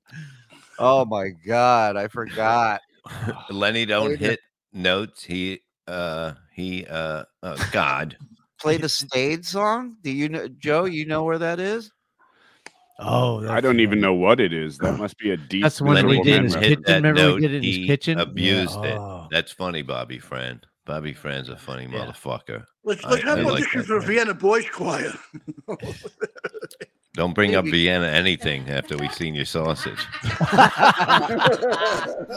Speaker 1: Oh my God, I forgot.
Speaker 2: Lenny don't
Speaker 1: Dude.
Speaker 2: hit notes. He uh he uh oh God.
Speaker 1: Play the Stade song. Do you know, Joe? You know where that is?
Speaker 3: Oh, that's
Speaker 6: I don't
Speaker 3: the
Speaker 6: even
Speaker 3: one.
Speaker 6: know what it is. That must be a deep.
Speaker 3: That's the one that we
Speaker 6: miserable
Speaker 3: did in his
Speaker 6: memory.
Speaker 2: Hit
Speaker 3: kitchen.
Speaker 2: that
Speaker 3: Remember
Speaker 2: note,
Speaker 3: we did it in his
Speaker 2: he
Speaker 3: kitchen. Yeah,
Speaker 2: abused it.
Speaker 3: oh.
Speaker 2: That's funny, Bobby Friend. Bobby Friend's a funny motherfucker.
Speaker 4: Let's
Speaker 2: I-
Speaker 4: let's have
Speaker 2: I like
Speaker 4: auditions
Speaker 2: that,
Speaker 4: for
Speaker 2: yeah.
Speaker 4: Vienna Boys Choir.
Speaker 2: Don't bring up
Speaker 1: Maybe-
Speaker 2: Vienna anything after we've seen your sausage.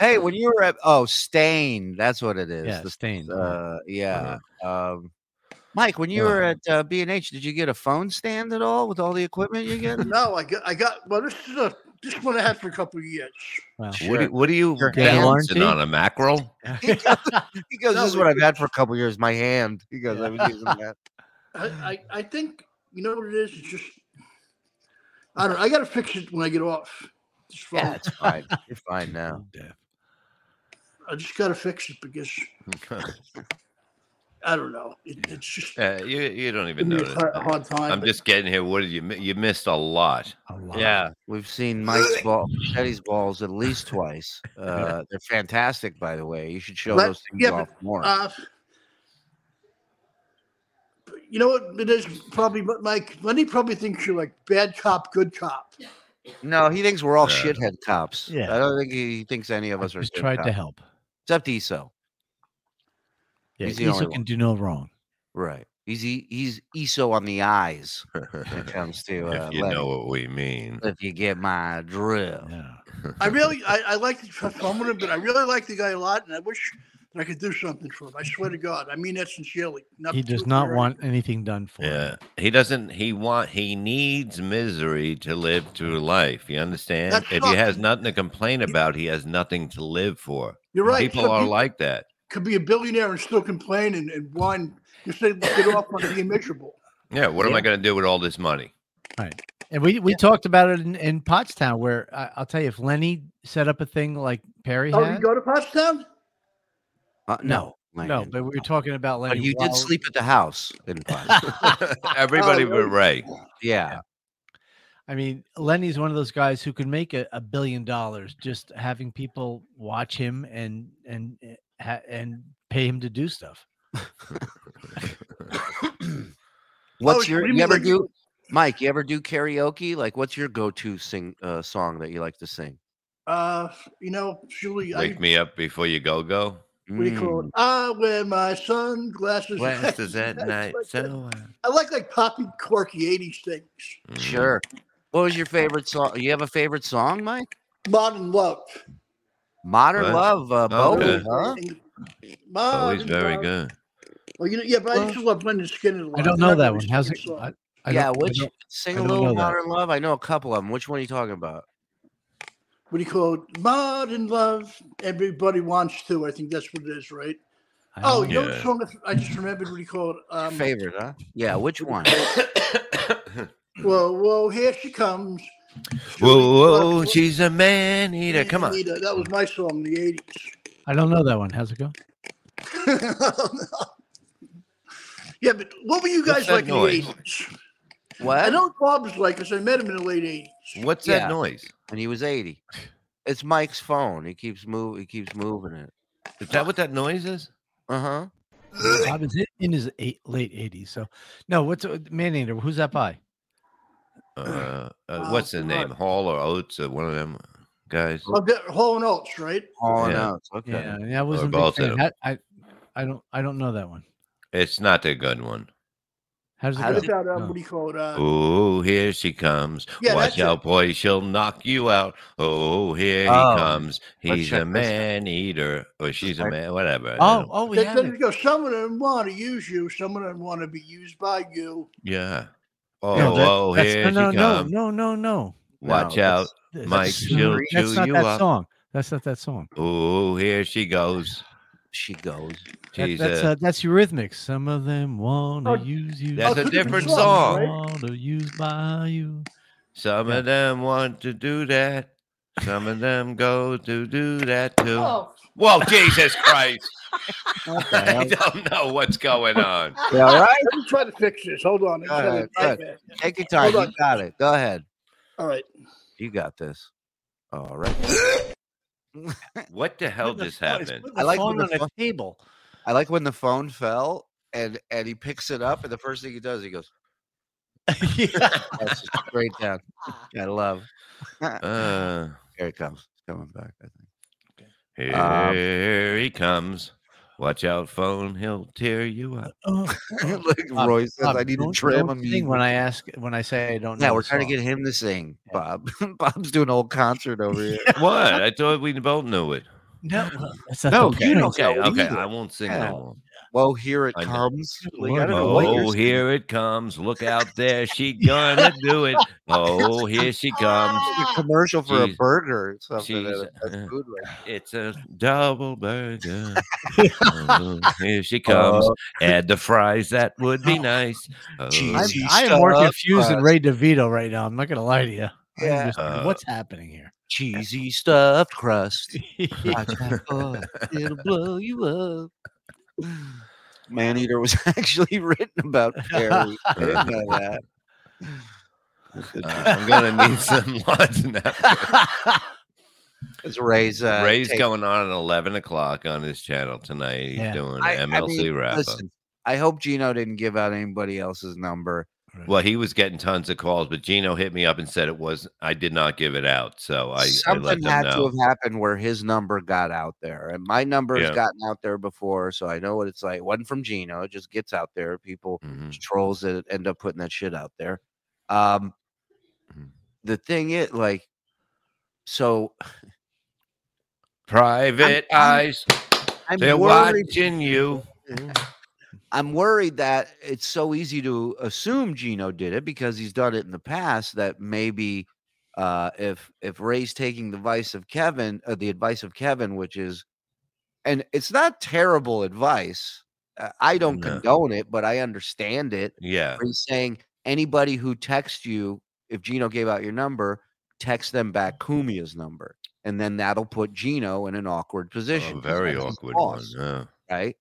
Speaker 1: hey, when you were at oh Stain, that's what it is.
Speaker 3: yeah,
Speaker 1: The-
Speaker 3: stained.
Speaker 1: uh, yeah. Um, Mike, when you were at uh, B and H, did you get a phone stand at all with all the equipment you get?
Speaker 4: no, I got I got well this is a this one I had for a couple of years.
Speaker 2: What do, what do you
Speaker 1: Your
Speaker 2: balancing
Speaker 3: hand?
Speaker 2: on a mackerel?
Speaker 1: he goes, he goes,
Speaker 4: No,
Speaker 1: this is
Speaker 4: we-
Speaker 1: what I've had for a couple years. My hand. He goes, I've been using that.
Speaker 4: I, I, I think you know what it is, it's just I don't know, I gotta fix it when I get off. This phone.
Speaker 1: Yeah, it's fine. You're fine now.
Speaker 4: I just gotta fix it because I don't know. It, it's just
Speaker 2: uh, you you don't even
Speaker 4: giving me
Speaker 2: notice.
Speaker 4: a hard, hard time.
Speaker 2: I'm just getting here. What did you mi- you missed a lot?
Speaker 3: A lot.
Speaker 1: We've seen Mike's ball, Teddy's balls at least twice. Uh, they're fantastic, by the way. You should show
Speaker 4: Let-
Speaker 1: those things
Speaker 4: yeah,
Speaker 1: off more.
Speaker 4: Uh, you know what it is probably but Mike Lenny probably thinks you're like bad cop, good cop.
Speaker 1: no, he thinks we're all
Speaker 2: Yeah.
Speaker 1: shithead cops.
Speaker 3: Yeah.
Speaker 1: I don't think he thinks any of
Speaker 3: I
Speaker 1: us are.
Speaker 3: just
Speaker 1: good
Speaker 3: tried
Speaker 1: cops,
Speaker 3: to help.
Speaker 1: Except Eso.
Speaker 3: Yeah,
Speaker 1: He's the
Speaker 3: Esau
Speaker 1: only
Speaker 3: can
Speaker 1: one.
Speaker 3: do no wrong.
Speaker 1: Right. He's e- he's Eso on the eyes when it
Speaker 2: if
Speaker 1: comes to uh,
Speaker 2: you
Speaker 1: Lenny.
Speaker 2: know what we mean.
Speaker 1: if you get my drill.
Speaker 3: Yeah.
Speaker 4: I really I, I like the I'm gonna but I really like the guy a lot and I wish that I could do something for him. I swear to God. I mean that sincerely. Not
Speaker 3: He
Speaker 4: to
Speaker 3: does
Speaker 4: do it
Speaker 3: not
Speaker 4: for-
Speaker 3: want anything done for
Speaker 2: Yeah,
Speaker 3: him.
Speaker 2: he doesn't. He want. He needs misery to live through life. You understand?
Speaker 4: That's
Speaker 2: if he
Speaker 4: not-
Speaker 2: has nothing to complain about, he has nothing to live for.
Speaker 4: You're right.
Speaker 2: People
Speaker 4: Some
Speaker 2: are like that.
Speaker 4: could be a billionaire and still complain and, and whine. You say get off on being miserable.
Speaker 2: Yeah. What am
Speaker 3: Yeah.
Speaker 2: I going to do with all this money?
Speaker 3: And we, we talked about it in, in Pottstown, where I, I'll tell you, if Lenny set up a thing like Perry
Speaker 4: Oh, you
Speaker 3: had,
Speaker 4: go to Pottstown?
Speaker 1: Uh, no,
Speaker 3: No, but we were talking about
Speaker 1: But
Speaker 3: Lenny.
Speaker 1: you did
Speaker 3: Wall-
Speaker 1: sleep at the house in class.
Speaker 2: Everybody but Ray.
Speaker 1: yeah.
Speaker 3: I mean, Lenny's one of those guys who can make a, a billion dollars just having people watch him and and eh, ha- and pay him to do stuff.
Speaker 1: What's
Speaker 4: what do
Speaker 1: your?
Speaker 4: you
Speaker 1: You,
Speaker 4: mean,
Speaker 1: ever
Speaker 4: like-
Speaker 1: do, Mike? You ever do karaoke? Like, what's your go-to sing uh, song that you like to sing?
Speaker 4: Uh, you know, Julie, I,
Speaker 2: Wake me up before you go go.
Speaker 4: what do you call it? I wear my
Speaker 1: Mm.
Speaker 4: sunglasses.
Speaker 2: Glasses at night.
Speaker 4: Like that.
Speaker 2: So
Speaker 4: I like like poppy, quirky '80s things.
Speaker 2: uh,
Speaker 1: Sure. What was your favorite song? You have a favorite song, Mike?
Speaker 4: Modern love.
Speaker 1: Modern
Speaker 2: What? Oh,
Speaker 1: Love, uh, Bowie,
Speaker 2: Okay.
Speaker 1: huh?
Speaker 2: Oh,
Speaker 4: Modern
Speaker 2: he's very
Speaker 4: Love.
Speaker 2: good.
Speaker 4: Well, you know, yeah, but I used to love Brendan Skinner. A lot.
Speaker 3: I don't
Speaker 4: He's
Speaker 3: know
Speaker 4: not
Speaker 3: that
Speaker 4: really
Speaker 3: one. How's it?
Speaker 4: singing songs.
Speaker 3: I, I
Speaker 1: yeah,
Speaker 3: don't- I
Speaker 1: which
Speaker 3: don't-
Speaker 1: sing
Speaker 3: I
Speaker 1: a
Speaker 3: don't
Speaker 1: little
Speaker 3: know that.
Speaker 1: Modern Love. I know a couple of them. Which one are you talking about?
Speaker 4: what do you call it? Modern love. Everybody wants to. I think that's what it is, right?
Speaker 3: I don't
Speaker 4: Oh,
Speaker 3: know.
Speaker 4: you know what
Speaker 2: Yeah.
Speaker 4: song I th- I just remembered what he called. Um,
Speaker 1: favorite, huh? Yeah, which one?
Speaker 4: whoa, whoa, here she comes.
Speaker 2: whoa, whoa, she's a man eater. Come on.
Speaker 4: Anita, That was my song in the eighties.
Speaker 3: I don't know that one. How's it go?
Speaker 4: yeah, but what were you
Speaker 2: What's
Speaker 4: guys
Speaker 2: that
Speaker 4: like in the
Speaker 2: noise?
Speaker 4: eighties? I
Speaker 1: What?
Speaker 4: know what Bob was like because I met him in the late eighties.
Speaker 2: What's
Speaker 1: Yeah.
Speaker 2: that noise?
Speaker 1: And he was eighty. It's Mike's phone. He keeps move. He keeps moving it.
Speaker 2: Is that what that noise is?
Speaker 1: Uh huh.
Speaker 3: Bob is in- in his eight, late 80s. So, no, what's uh, Man Eater? Who's that by?
Speaker 2: Uh, uh,
Speaker 4: Oh,
Speaker 2: what's the name? Hall or Oates or one of them guys?
Speaker 4: Oh, that- Hall and Oates, right?
Speaker 1: All
Speaker 2: Yeah.
Speaker 1: out. Okay.
Speaker 3: Yeah, I wasn't.
Speaker 2: both
Speaker 3: Big
Speaker 2: of
Speaker 3: fan.
Speaker 2: them.
Speaker 3: How- I, I don't. I don't know that one.
Speaker 2: It's not a good one.
Speaker 3: How does it
Speaker 1: How
Speaker 3: go?
Speaker 4: What about um,
Speaker 3: No.
Speaker 4: what do you call it? Uh,
Speaker 2: Oh, here she comes.
Speaker 4: Yeah,
Speaker 2: Watch
Speaker 4: that's
Speaker 2: out, boy. She'll knock you out. Oh, here
Speaker 1: Oh,
Speaker 2: he comes.
Speaker 1: let's
Speaker 2: He's
Speaker 1: check
Speaker 2: a
Speaker 1: this out.
Speaker 2: man eater. Or she's a
Speaker 1: Right.
Speaker 2: man, whatever. I
Speaker 3: Oh,
Speaker 2: don't-
Speaker 3: oh, we
Speaker 4: that
Speaker 3: have
Speaker 4: doesn't
Speaker 3: it.
Speaker 4: go. Some of them want to use you. Some of them want to be used by you.
Speaker 2: yeah. Oh,
Speaker 3: No, that-
Speaker 2: oh,
Speaker 3: that's-
Speaker 2: here
Speaker 3: no,
Speaker 2: she
Speaker 3: no,
Speaker 2: comes.
Speaker 3: no, no, no.
Speaker 2: Watch
Speaker 1: No,
Speaker 2: out.
Speaker 1: that's-
Speaker 3: Th-
Speaker 2: Mike,
Speaker 3: that's-
Speaker 2: she'll
Speaker 3: that's
Speaker 2: chew
Speaker 3: not
Speaker 2: you
Speaker 3: that
Speaker 2: up.
Speaker 3: song. That's not that song.
Speaker 2: Oh, here she goes.
Speaker 1: She goes.
Speaker 3: That-
Speaker 2: She's
Speaker 3: that's
Speaker 2: a,
Speaker 3: uh, that's Eurythmics. Some of them wanna
Speaker 4: Oh,
Speaker 3: use you.
Speaker 2: that's
Speaker 4: Oh,
Speaker 2: a
Speaker 4: two different
Speaker 2: different
Speaker 4: songs,
Speaker 2: song.
Speaker 4: right?
Speaker 3: Wanna use by you.
Speaker 2: Some
Speaker 3: Yeah.
Speaker 2: of them want to do that. Some of them go to do that too.
Speaker 5: Oh.
Speaker 2: Well, Jesus Christ. I
Speaker 1: Okay.
Speaker 2: don't know what's going on.
Speaker 1: yeah, all right.
Speaker 4: Let me try to fix this. Hold on.
Speaker 1: All
Speaker 4: Let me
Speaker 1: right,
Speaker 4: try to-
Speaker 1: Take your time.
Speaker 4: Hold
Speaker 1: You
Speaker 4: on.
Speaker 1: got it. Go ahead.
Speaker 4: All right.
Speaker 1: You got this. All right.
Speaker 2: What the hell just happened?
Speaker 1: I like when
Speaker 3: on
Speaker 1: the
Speaker 3: a
Speaker 1: phone-
Speaker 3: table.
Speaker 1: I like when the phone fell and and he picks it up and the first thing he does he goes
Speaker 3: yeah.
Speaker 1: "That's just straight down. I love. Oh,
Speaker 2: Uh,
Speaker 1: Here it comes. It's coming back. I think.
Speaker 2: here
Speaker 1: Um,
Speaker 2: he comes. Watch out, phone. He'll tear you up.
Speaker 3: Oh, oh.
Speaker 1: Look,
Speaker 3: Bob,
Speaker 1: Roy says
Speaker 3: Bob,
Speaker 1: I need to
Speaker 3: don't-
Speaker 1: trim
Speaker 3: don't
Speaker 1: him.
Speaker 3: sing when I ask when I say I don't know.
Speaker 1: yeah,
Speaker 3: the
Speaker 1: we're trying to
Speaker 3: song.
Speaker 1: get him to sing.
Speaker 3: Yeah.
Speaker 1: Bob. Bob's doing a whole concert over here.
Speaker 2: What? I thought we both knew it.
Speaker 3: No, well, that's not
Speaker 1: No,
Speaker 3: the
Speaker 1: you
Speaker 3: point.
Speaker 1: don't
Speaker 2: Okay,
Speaker 1: know
Speaker 2: okay.
Speaker 1: either.
Speaker 2: I won't sing
Speaker 1: Yeah.
Speaker 2: no more.
Speaker 1: Well, here it
Speaker 2: I know.
Speaker 1: comes. Like, I
Speaker 3: Lord,
Speaker 1: don't know what
Speaker 2: Oh,
Speaker 1: you're singing.
Speaker 2: here it comes. Look out there. She gonna do it. Oh, here she comes.
Speaker 1: It's a commercial for a
Speaker 2: Jeez.
Speaker 1: burger or something. at a
Speaker 2: Jeez.
Speaker 3: uh,
Speaker 1: fast food restaurant.
Speaker 2: It's a double burger. Oh, here she comes.
Speaker 1: Uh,
Speaker 2: Add the fries. That would be nice. Oh,
Speaker 3: I'm,
Speaker 1: Cheesy
Speaker 3: I am more
Speaker 1: stuff,
Speaker 3: confused than
Speaker 1: uh,
Speaker 3: Ray DeVito right now. I'm not going to lie to you. I'm
Speaker 1: Yeah.
Speaker 3: just like,
Speaker 2: Uh,
Speaker 3: what's happening here?
Speaker 1: cheesy stuffed crust. Watch out for it, It'll blow you up. Man Eater was actually written about Perry. I
Speaker 2: Oh, uh-huh.
Speaker 1: didn't know that.
Speaker 2: uh, I'm gonna need some lunch now.
Speaker 1: It's Ray's. Uh,
Speaker 2: Ray's
Speaker 1: take.
Speaker 2: going on at 11 o'clock on his channel tonight. He's
Speaker 3: Yeah.
Speaker 2: doing
Speaker 1: I- I
Speaker 2: MLC
Speaker 1: mean,
Speaker 2: wrap up.
Speaker 1: listen, I hope Gino didn't give out anybody else's number.
Speaker 2: Well, he was getting tons of calls, but Gino hit me up and said it was. I did not give it out, so I, I let them
Speaker 1: Something had to
Speaker 2: know.
Speaker 1: have happened where his number got out there, and my number has
Speaker 2: Yeah.
Speaker 1: gotten out there before, so I know what it's like. It wasn't from Gino; it just gets out there. People
Speaker 2: Mhm.
Speaker 1: trolls that end up putting that shit out there. Um,
Speaker 2: Mhm.
Speaker 1: the thing is, like, so
Speaker 2: Private eyes,
Speaker 1: I'm
Speaker 2: they're
Speaker 1: worried.
Speaker 2: watching you.
Speaker 1: I'm worried that it's so easy to assume Gino did it because he's done it in the past. That maybe uh, if if Ray's taking the advice of Kevin, uh, the advice of Kevin, which is, and it's not terrible advice. Uh, I don't
Speaker 2: No.
Speaker 1: condone it, but I understand it.
Speaker 2: Yeah,
Speaker 1: He's saying anybody who texts you, if Gino gave out your number, text them back Kumia's number, and then that'll put Gino in an awkward
Speaker 2: Oh, a
Speaker 1: position. 'cause
Speaker 2: very
Speaker 1: that's his
Speaker 2: awkward one.
Speaker 1: boss,
Speaker 2: yeah.
Speaker 1: right?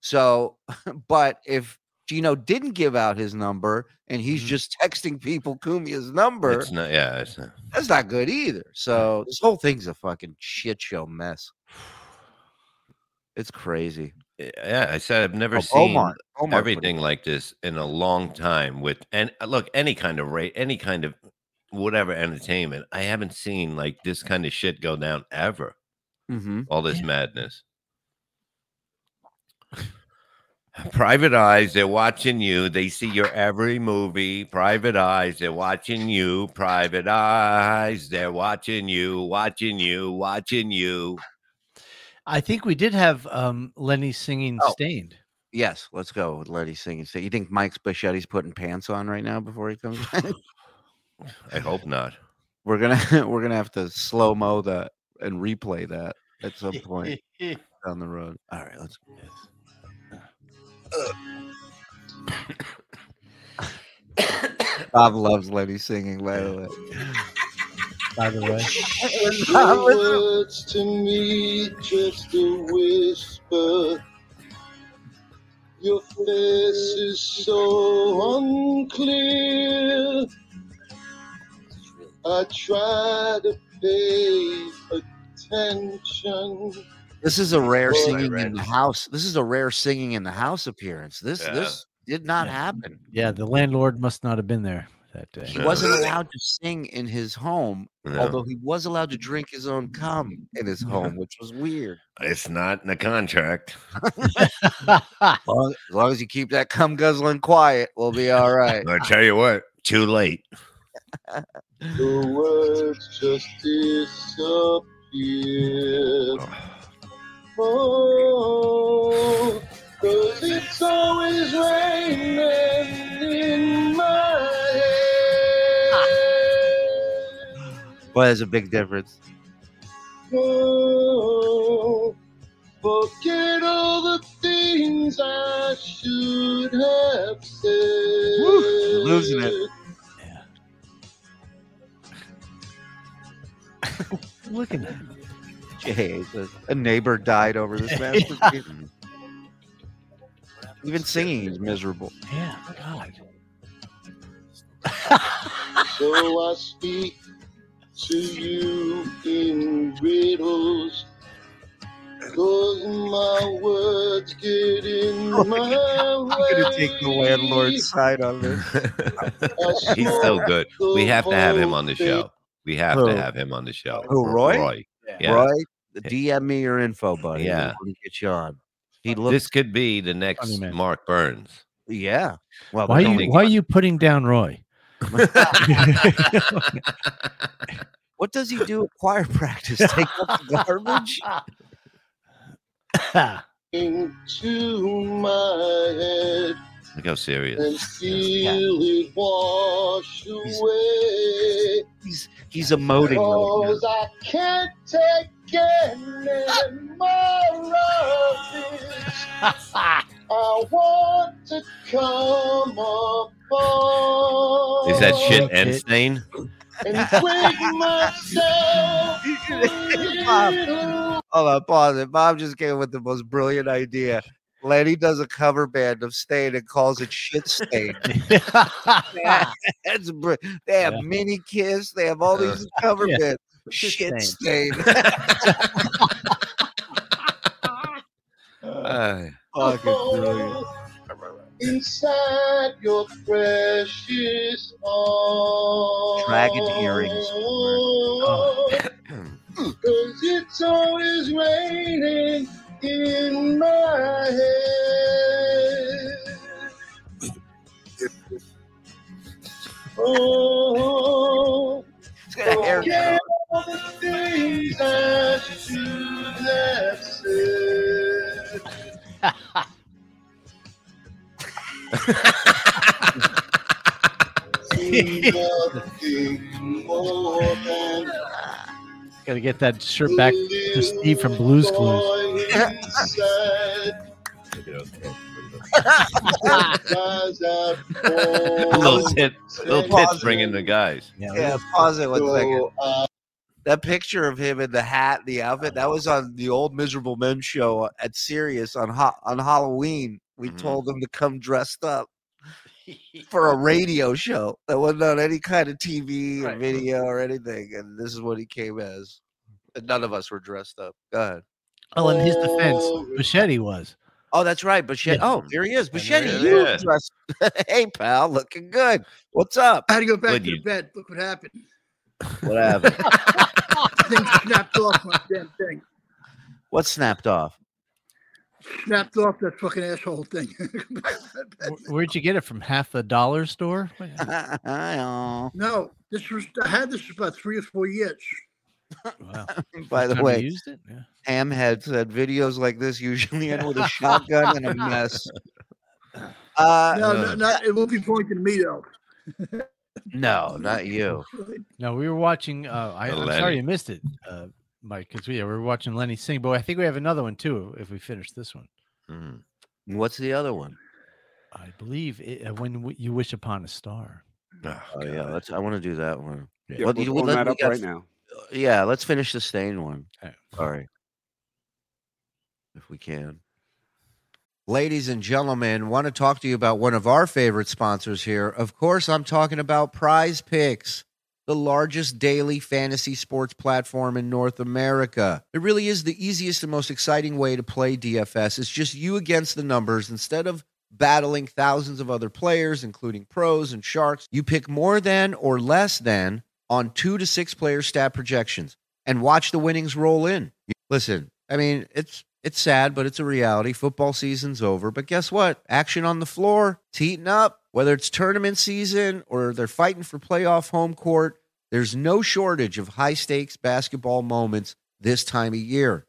Speaker 1: So, but if Gino didn't give out his number and he's
Speaker 3: Mhm.
Speaker 1: just texting people Kumia's number,
Speaker 2: Mm-hmm. It's not. Yeah, it's not.
Speaker 1: that's not good either. So this whole thing's a fucking shit show mess. It's crazy.
Speaker 2: Yeah, I said I've never
Speaker 1: Oh,
Speaker 2: seen
Speaker 1: Omar, Omar put it.
Speaker 2: everything like this in a long time. With and uh, look, any kind of rate, any kind of whatever entertainment, I haven't seen like this kind of shit go down ever.
Speaker 1: Mhm.
Speaker 2: all this madness. Private eyes, they're watching you. They see your every movie. Private eyes, they're watching you. Private eyes, they're watching you, watching you, watching you.
Speaker 3: I think we did have um, Lenny singing
Speaker 1: Oh.
Speaker 3: "Stained."
Speaker 1: Yes, let's go with Letty singing. So you think Mike Spichetti's putting pants on right now before he comes? back?
Speaker 2: I hope not.
Speaker 1: we're gonna we're gonna have to slow mo that and replay that at some point down the road. All right, let's. Bob loves Letty singing. By the way,
Speaker 3: By the way,
Speaker 7: Words to me just a whisper. Your face is so unclear. I try to pay attention.
Speaker 1: this is a rare
Speaker 7: Well, I
Speaker 1: singing in
Speaker 2: read-
Speaker 1: the house. This is a rare singing in the house appearance. This
Speaker 2: Yeah.
Speaker 1: this did not
Speaker 3: Yeah.
Speaker 1: happen.
Speaker 3: yeah, the landlord must not have been there that day.
Speaker 1: He
Speaker 2: Yeah.
Speaker 1: wasn't allowed to sing in his home,
Speaker 2: No,
Speaker 1: although he was allowed to drink his own cum in his home, which was weird.
Speaker 2: it's not in the contract.
Speaker 1: As long- as long as you keep that cum guzzling quiet, we'll be all right.
Speaker 2: I tell you what, too late.
Speaker 7: The words just disappear. Oh, cause it's always raining in my head.
Speaker 1: Well, there's a big difference.
Speaker 7: Oh, forget all the things I should have said.
Speaker 1: Woo, losing it.
Speaker 3: Look at that.
Speaker 1: Jay says a neighbor died over this masterpiece. Even singing is miserable.
Speaker 3: Yeah, God.
Speaker 7: So I speak to you in riddles. Cause my words get in
Speaker 2: Oh
Speaker 1: Look,
Speaker 7: my way.
Speaker 1: side on this.
Speaker 7: I
Speaker 2: He's so
Speaker 7: smoke
Speaker 2: good. We
Speaker 7: the
Speaker 2: have to have him on the
Speaker 7: whole
Speaker 2: show. We have
Speaker 1: Who?
Speaker 2: to have him on the show.
Speaker 1: Who, Roy?
Speaker 2: Yeah.
Speaker 1: Right? DM me your info, buddy.
Speaker 2: Yeah.
Speaker 1: we get you on. He looks.
Speaker 2: This could be the next
Speaker 3: man.
Speaker 2: Mark Burns.
Speaker 1: yeah. Well,
Speaker 3: Why are
Speaker 1: there's
Speaker 2: don't
Speaker 3: you
Speaker 1: only-
Speaker 2: think-
Speaker 3: Why are you putting down Roy?
Speaker 1: what does he do at choir practice? Take up the garbage?
Speaker 7: Into my head
Speaker 2: Look how serious.
Speaker 7: and feel it wash away.
Speaker 1: He's he's emoting. Right
Speaker 7: Cause I can't take any more of this. I want to come apart.
Speaker 2: Is that shit
Speaker 3: Oh,
Speaker 2: end
Speaker 3: shit.
Speaker 2: stain?
Speaker 7: And quick myself.
Speaker 1: now. Bob, Hold on, pause it. Bob just came up with the most brilliant idea. Lenny does a cover band of Stain and calls it Shit Stain. That's br- they have
Speaker 3: Yeah.
Speaker 1: mini kiss. They have all
Speaker 2: Uh,
Speaker 1: these cover
Speaker 3: yeah.
Speaker 1: bands.
Speaker 3: Shit
Speaker 1: Shit Stain.
Speaker 2: Uh,
Speaker 1: Fucking brilliant.
Speaker 7: Inside your precious arms.
Speaker 1: Dragon earrings.
Speaker 7: Oh. Cause it's always raining in my head. Oh,
Speaker 1: He's got a haircut.
Speaker 7: all the things I should have said. Nothing more than
Speaker 3: Got to get that shirt back. to Steve from Blue's Clues.
Speaker 2: little tit, little
Speaker 1: Pause
Speaker 2: tits bringing the guys.
Speaker 1: Yeah, pause it one second. that picture of him in the hat, the outfit, that was on the old Miserable Men show at Sirius on ha- on Halloween. We
Speaker 2: Mhm.
Speaker 1: told him to come dressed up for a radio show that wasn't on any kind of TV or
Speaker 3: Right.
Speaker 1: video or anything, and this is what he came as. And none of us were dressed up. Go ahead.
Speaker 3: Oh, in his defense,
Speaker 4: Oh.
Speaker 3: Machete was.
Speaker 1: Oh, that's right, Bichette.
Speaker 3: Yeah.
Speaker 1: Oh, here he is,
Speaker 2: And there
Speaker 1: Bichette.
Speaker 2: he
Speaker 1: You
Speaker 2: is.
Speaker 1: dressed. hey, pal, looking good. What's up?
Speaker 4: I had to go back
Speaker 2: Would
Speaker 4: to
Speaker 2: you?
Speaker 4: the vet. Look what happened.
Speaker 1: What happened?
Speaker 4: Thing snapped off my damn thing.
Speaker 1: what snapped off?
Speaker 4: Snapped off that fucking asshole thing.
Speaker 3: Wh- Where'd you get it from? Half a dollar store? What-
Speaker 1: Aw.
Speaker 4: no, this was I had this about three or four years.
Speaker 3: Wow.
Speaker 1: By
Speaker 3: First
Speaker 1: the
Speaker 3: time you
Speaker 1: way,
Speaker 3: used it. Yeah.
Speaker 1: Hamhead said videos like this usually end with a shotgun and a mess. Uh,
Speaker 4: No,
Speaker 2: Uh.
Speaker 4: no, not, it won't be pointing to me though.
Speaker 1: no, not you.
Speaker 3: No, we were watching. Uh, I, I'm sorry
Speaker 2: Lenny.
Speaker 3: you missed it, uh, Mike, because we, yeah, we were watching Lenny sing. But I think we have another one too. If we finish this one,
Speaker 2: Mm.
Speaker 1: What's the other one?
Speaker 3: I believe it, uh, when w- you wish upon a star.
Speaker 2: Oh,
Speaker 1: Oh yeah,
Speaker 2: God.
Speaker 1: let's. I want to do that one.
Speaker 6: Yeah,
Speaker 1: Well,
Speaker 6: we're
Speaker 1: you-
Speaker 6: pulling
Speaker 1: let-
Speaker 6: that
Speaker 1: we
Speaker 6: up
Speaker 1: got
Speaker 6: right
Speaker 1: f-
Speaker 6: now.
Speaker 1: Uh, Yeah, let's finish the stain one.
Speaker 3: Okay.
Speaker 1: Sorry, if we can. Ladies and gentlemen, want to talk to you about one of our favorite sponsors here. Of course, I'm talking about Prize Picks, the largest daily fantasy sports platform in North America. It really is the easiest and most exciting way to play DFS. It's just you against the numbers instead of battling thousands of other players, including pros and sharks. You pick more than or less than on two to six player stat projections and watch the winnings roll in. Listen, I mean, it's it's sad, but it's a reality. Football season's over, but guess what? Action on the floor, it's heating up. Whether it's tournament season or they're fighting for playoff home court, there's no shortage of high stakes basketball moments this time of year.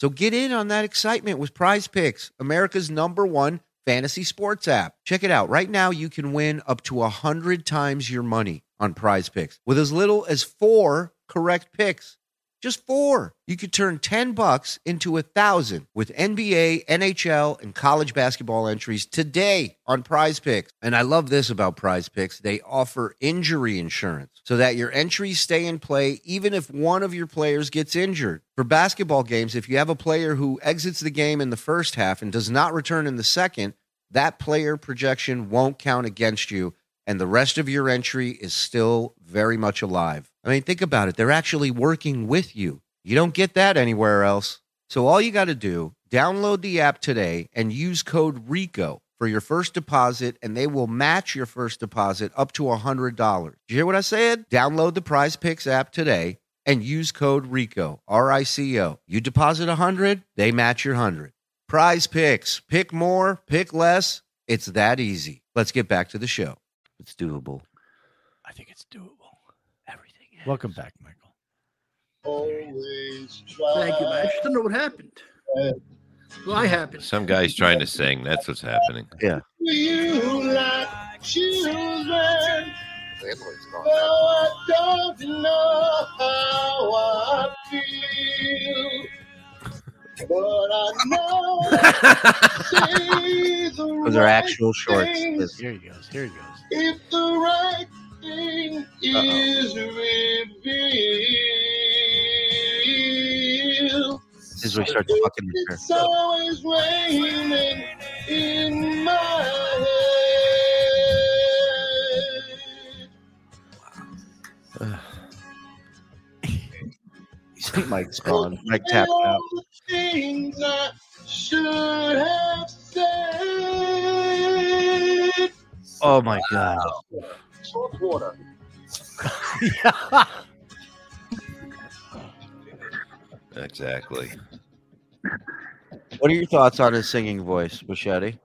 Speaker 1: So get in on that excitement with Prize Picks, America's number one fantasy sports app. Check it out. Right now, you can win up to 100 times your money on Prize Picks with as little as four correct picks. Just four. You could turn 10 bucks into a thousand with NBA, NHL, and college basketball entries today on Prize Picks. And I love this about Prize Picks. They offer injury insurance so that your entries stay in play even if one of your players gets injured. For basketball games, if you have a player who exits the game in the first half and does not return in the second, that player projection won't count against you and the rest of your entry is still very much alive. I mean, think about it. They're actually working with you. You don't get that anywhere else. So all you got to do, download the app today and use code RICO for your first deposit and they will match your first deposit up to $100. Did you hear what I said? Download the Prize Picks app today and use code RICO, R I C O. You deposit 100, they match your 100. Prize Picks, pick more, pick less. It's that easy. Let's get back to the show. It's doable.
Speaker 3: I think it's doable. Everything. Welcome back, Michael.
Speaker 8: Always
Speaker 4: Thank you, man. I just don't know what happened. Well, I happened.
Speaker 2: Some guy's trying to sing. That's what's happening.
Speaker 8: You like children. I don't know how I feel. But I know things
Speaker 1: Those are actual shorts.
Speaker 8: thing.
Speaker 1: This-
Speaker 3: Here he goes. Here he goes.
Speaker 8: if the right thing is revealed.
Speaker 1: This is what starts fucking with her.
Speaker 8: It's always raining in my head.
Speaker 1: Mike's gone. Mike tapped out.
Speaker 8: All the things I should have said.
Speaker 1: Oh my god.
Speaker 8: Short water.
Speaker 2: Exactly.
Speaker 1: What are your thoughts on his singing voice, Machete?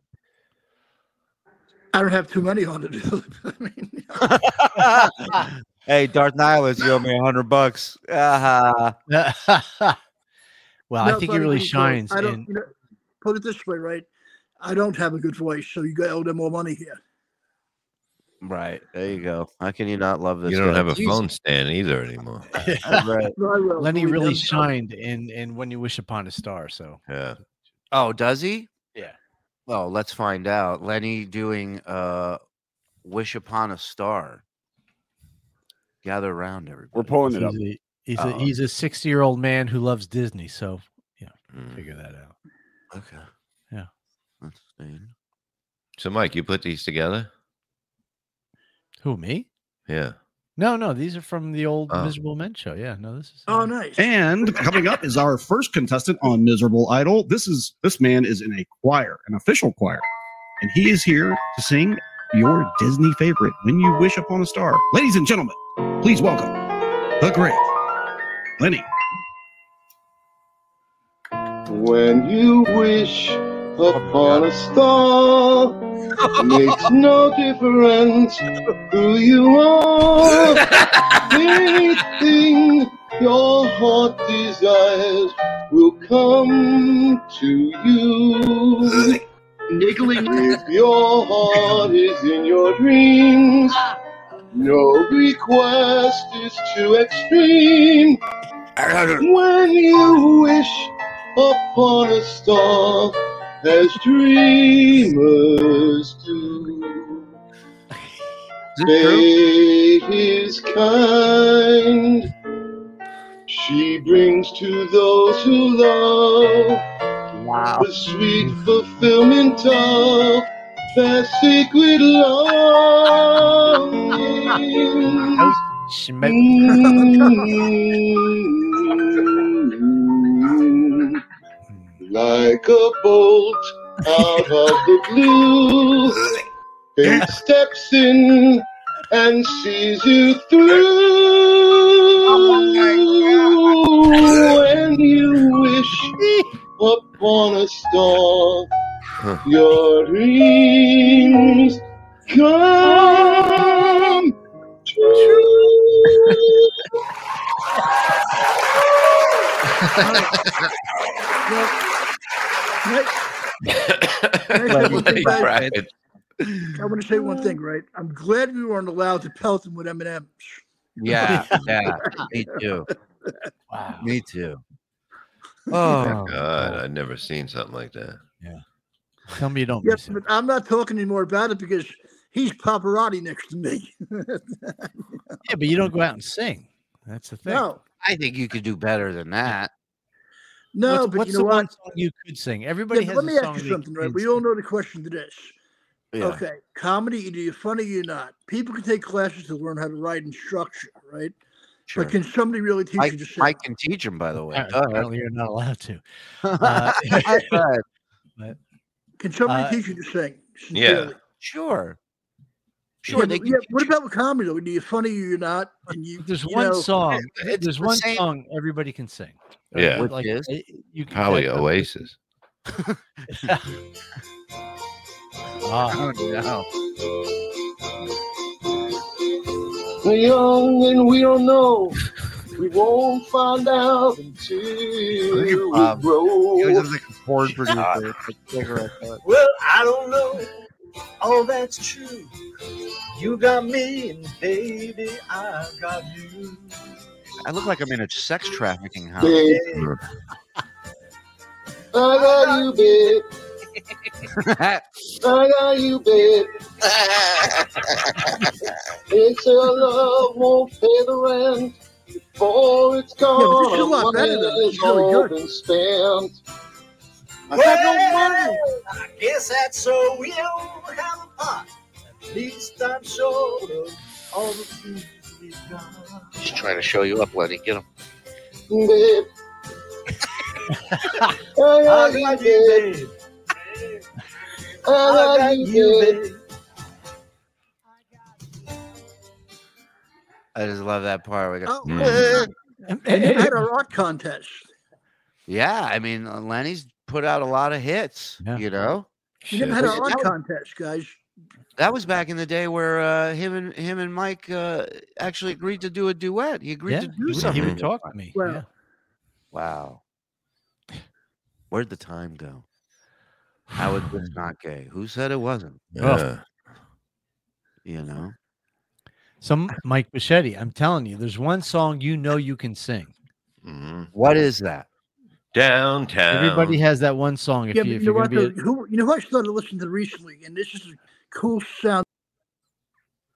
Speaker 4: I don't have too many on it. I mean,
Speaker 1: hey, Darth Nihilus, you owe me a hundred bucks. Uh-huh.
Speaker 3: well, I
Speaker 4: No,
Speaker 3: think
Speaker 4: but
Speaker 3: he really
Speaker 4: don't-
Speaker 3: shines.
Speaker 4: I don't,
Speaker 3: in,
Speaker 4: you know, put it this way, right? I don't have a good voice, so you got owe them more money here.
Speaker 1: Right. There you go. How can you not love this?
Speaker 2: You don't
Speaker 1: guy?
Speaker 2: have a phone stand either anymore.
Speaker 1: Right.
Speaker 4: No, I will.
Speaker 3: Lenny
Speaker 4: Believe me,
Speaker 3: really
Speaker 4: I'm-
Speaker 3: shined in in When You Wish Upon a Star. So
Speaker 2: Yeah.
Speaker 1: Oh, does he?
Speaker 3: Yeah.
Speaker 1: Well, let's find out. Lenny doing uh Wish Upon a Star. Gather around everybody.
Speaker 6: We're pulling
Speaker 3: This
Speaker 6: it up.
Speaker 3: is the- He's
Speaker 1: Oh.
Speaker 3: a he's a sixty year old man who loves Disney. So
Speaker 2: Mm,
Speaker 3: figure that out.
Speaker 1: Okay.
Speaker 3: Yeah.
Speaker 1: That's good.
Speaker 2: So, Mike, you put these together?
Speaker 3: Who me?
Speaker 2: Yeah.
Speaker 3: No, no. These are from the old
Speaker 2: Oh.
Speaker 3: Miserable Men show. Yeah. No, this is.
Speaker 4: Oh,
Speaker 3: uh,
Speaker 4: nice.
Speaker 9: And coming up is our first contestant on Miserable Idol. This is this man is in a choir, an official choir, and he is here to sing your Disney favorite, "When You Wish Upon a Star." Ladies and gentlemen, please welcome the great Lenny.
Speaker 8: When you wish upon a star, makes no difference who you are. Anything your heart desires will come to you. If your heart is in your dreams, no request is too extreme. When you wish upon a star as dreamers do. Fate is kind. She brings to those who love the sweet fulfillment of their secret longing.
Speaker 3: she
Speaker 8: But
Speaker 3: meant-
Speaker 8: like a bolt out of the blue, it steps in and sees you through. When you wish upon a star, your dreams come true.
Speaker 2: Like rabbit.
Speaker 4: I want to say one thing, right? I'm glad we weren't allowed to pelt him with M&M.
Speaker 1: Yeah. Yeah. me too.
Speaker 3: wow.
Speaker 1: Me too.
Speaker 3: Oh,
Speaker 2: God, I've never seen something like that.
Speaker 3: tell me you don't miss
Speaker 4: Yes,
Speaker 3: it.
Speaker 4: but I'm not talking anymore about it because he's paparazzi next to me.
Speaker 3: Yeah, but you don't go out and sing. That's the thing.
Speaker 4: no,
Speaker 1: I think you could do better than that.
Speaker 4: no,
Speaker 3: what's,
Speaker 4: but
Speaker 3: what's
Speaker 4: you know
Speaker 3: the
Speaker 4: what?
Speaker 3: one song you could sing?
Speaker 4: Yeah,
Speaker 3: Everybody has
Speaker 4: but let
Speaker 3: a
Speaker 4: me
Speaker 3: song
Speaker 4: ask
Speaker 3: they
Speaker 4: you something, right?
Speaker 3: can
Speaker 4: We
Speaker 3: sing.
Speaker 4: all know the question to this.
Speaker 1: Yeah.
Speaker 4: Okay, comedy, either you're funny or you're not. People can take classes to learn how to write and structure, right?
Speaker 1: Sure.
Speaker 4: But can somebody really teach you
Speaker 1: I,
Speaker 4: to sing?
Speaker 1: I can teach him, by the way.
Speaker 3: Apparently-
Speaker 1: Go ahead.
Speaker 3: Apparently, you're not allowed to.
Speaker 1: Go ahead.
Speaker 4: can somebody
Speaker 3: uh,
Speaker 4: teach you to sing?
Speaker 2: Yeah.
Speaker 4: Sincerely.
Speaker 1: Sure.
Speaker 4: Yeah,
Speaker 1: Sure. they
Speaker 4: but-
Speaker 1: can
Speaker 4: yeah,
Speaker 1: teach
Speaker 4: what
Speaker 1: you.
Speaker 4: about with comedy though? Either you're funny or you're not, and you.
Speaker 3: There's
Speaker 4: you
Speaker 3: one
Speaker 4: know,
Speaker 3: song.
Speaker 1: it's
Speaker 3: There's
Speaker 1: the
Speaker 3: one
Speaker 1: same-
Speaker 3: song everybody can sing.
Speaker 2: Yeah.
Speaker 1: Which is?
Speaker 3: eh, you can
Speaker 2: Probably
Speaker 3: that-
Speaker 2: Oasis.
Speaker 3: Ah,
Speaker 1: Oh, no.
Speaker 8: We're young and we don't know. We won't find out until
Speaker 1: Look at
Speaker 8: we
Speaker 1: Bob. He
Speaker 8: grow.
Speaker 1: was like a porn producer. with cigarette butt.
Speaker 8: Well, I don't know. Oh, that's true. You got me, and baby, I got you.
Speaker 1: I look like I'm in a sex trafficking house.
Speaker 8: Babe, I got you, babe. I got you, babe. they say our love won't pay the rent before it's gone.
Speaker 4: this is a lot
Speaker 8: Our
Speaker 4: better
Speaker 8: money
Speaker 4: than that. It's
Speaker 8: is
Speaker 4: really
Speaker 8: all
Speaker 4: good.
Speaker 8: been spent. I got no money.
Speaker 7: Guess that's so we don't have a pot. At least I'm sure of all the things we've got.
Speaker 1: He's trying to show you up, Lenny. Get him.
Speaker 8: Babe. I got you, babe. I got you, babe.
Speaker 1: I just love that part. We go,
Speaker 4: Oh,
Speaker 2: Mm.
Speaker 4: and you had our art contest.
Speaker 1: Yeah, I mean uh, Lenny's put out a lot of hits.
Speaker 3: Yeah.
Speaker 1: You know,
Speaker 4: You never had
Speaker 1: Shit.
Speaker 4: an art
Speaker 1: That-
Speaker 4: contest, guys.
Speaker 1: that was back in the day where uh, him and him and Mike uh, actually agreed to do a duet. He agreed
Speaker 3: yeah,
Speaker 1: to
Speaker 3: he
Speaker 1: do
Speaker 3: would-
Speaker 1: something.
Speaker 3: He would talk to me.
Speaker 4: Well,
Speaker 3: yeah.
Speaker 1: Wow, where'd the time go? How is this not gay? Who said it wasn't?
Speaker 2: Yeah.
Speaker 1: You know,
Speaker 3: Some Mike Bichetti. I'm telling you, there's one song you know you can sing.
Speaker 2: Mhm.
Speaker 1: what is that?
Speaker 2: Downtown.
Speaker 3: Everybody has that one song. If,
Speaker 4: yeah,
Speaker 3: you,
Speaker 4: but
Speaker 3: if
Speaker 4: you know
Speaker 3: you're
Speaker 4: what?
Speaker 3: gonna be,
Speaker 4: though? Who you know who I started listening to recently, and this is a cool sound.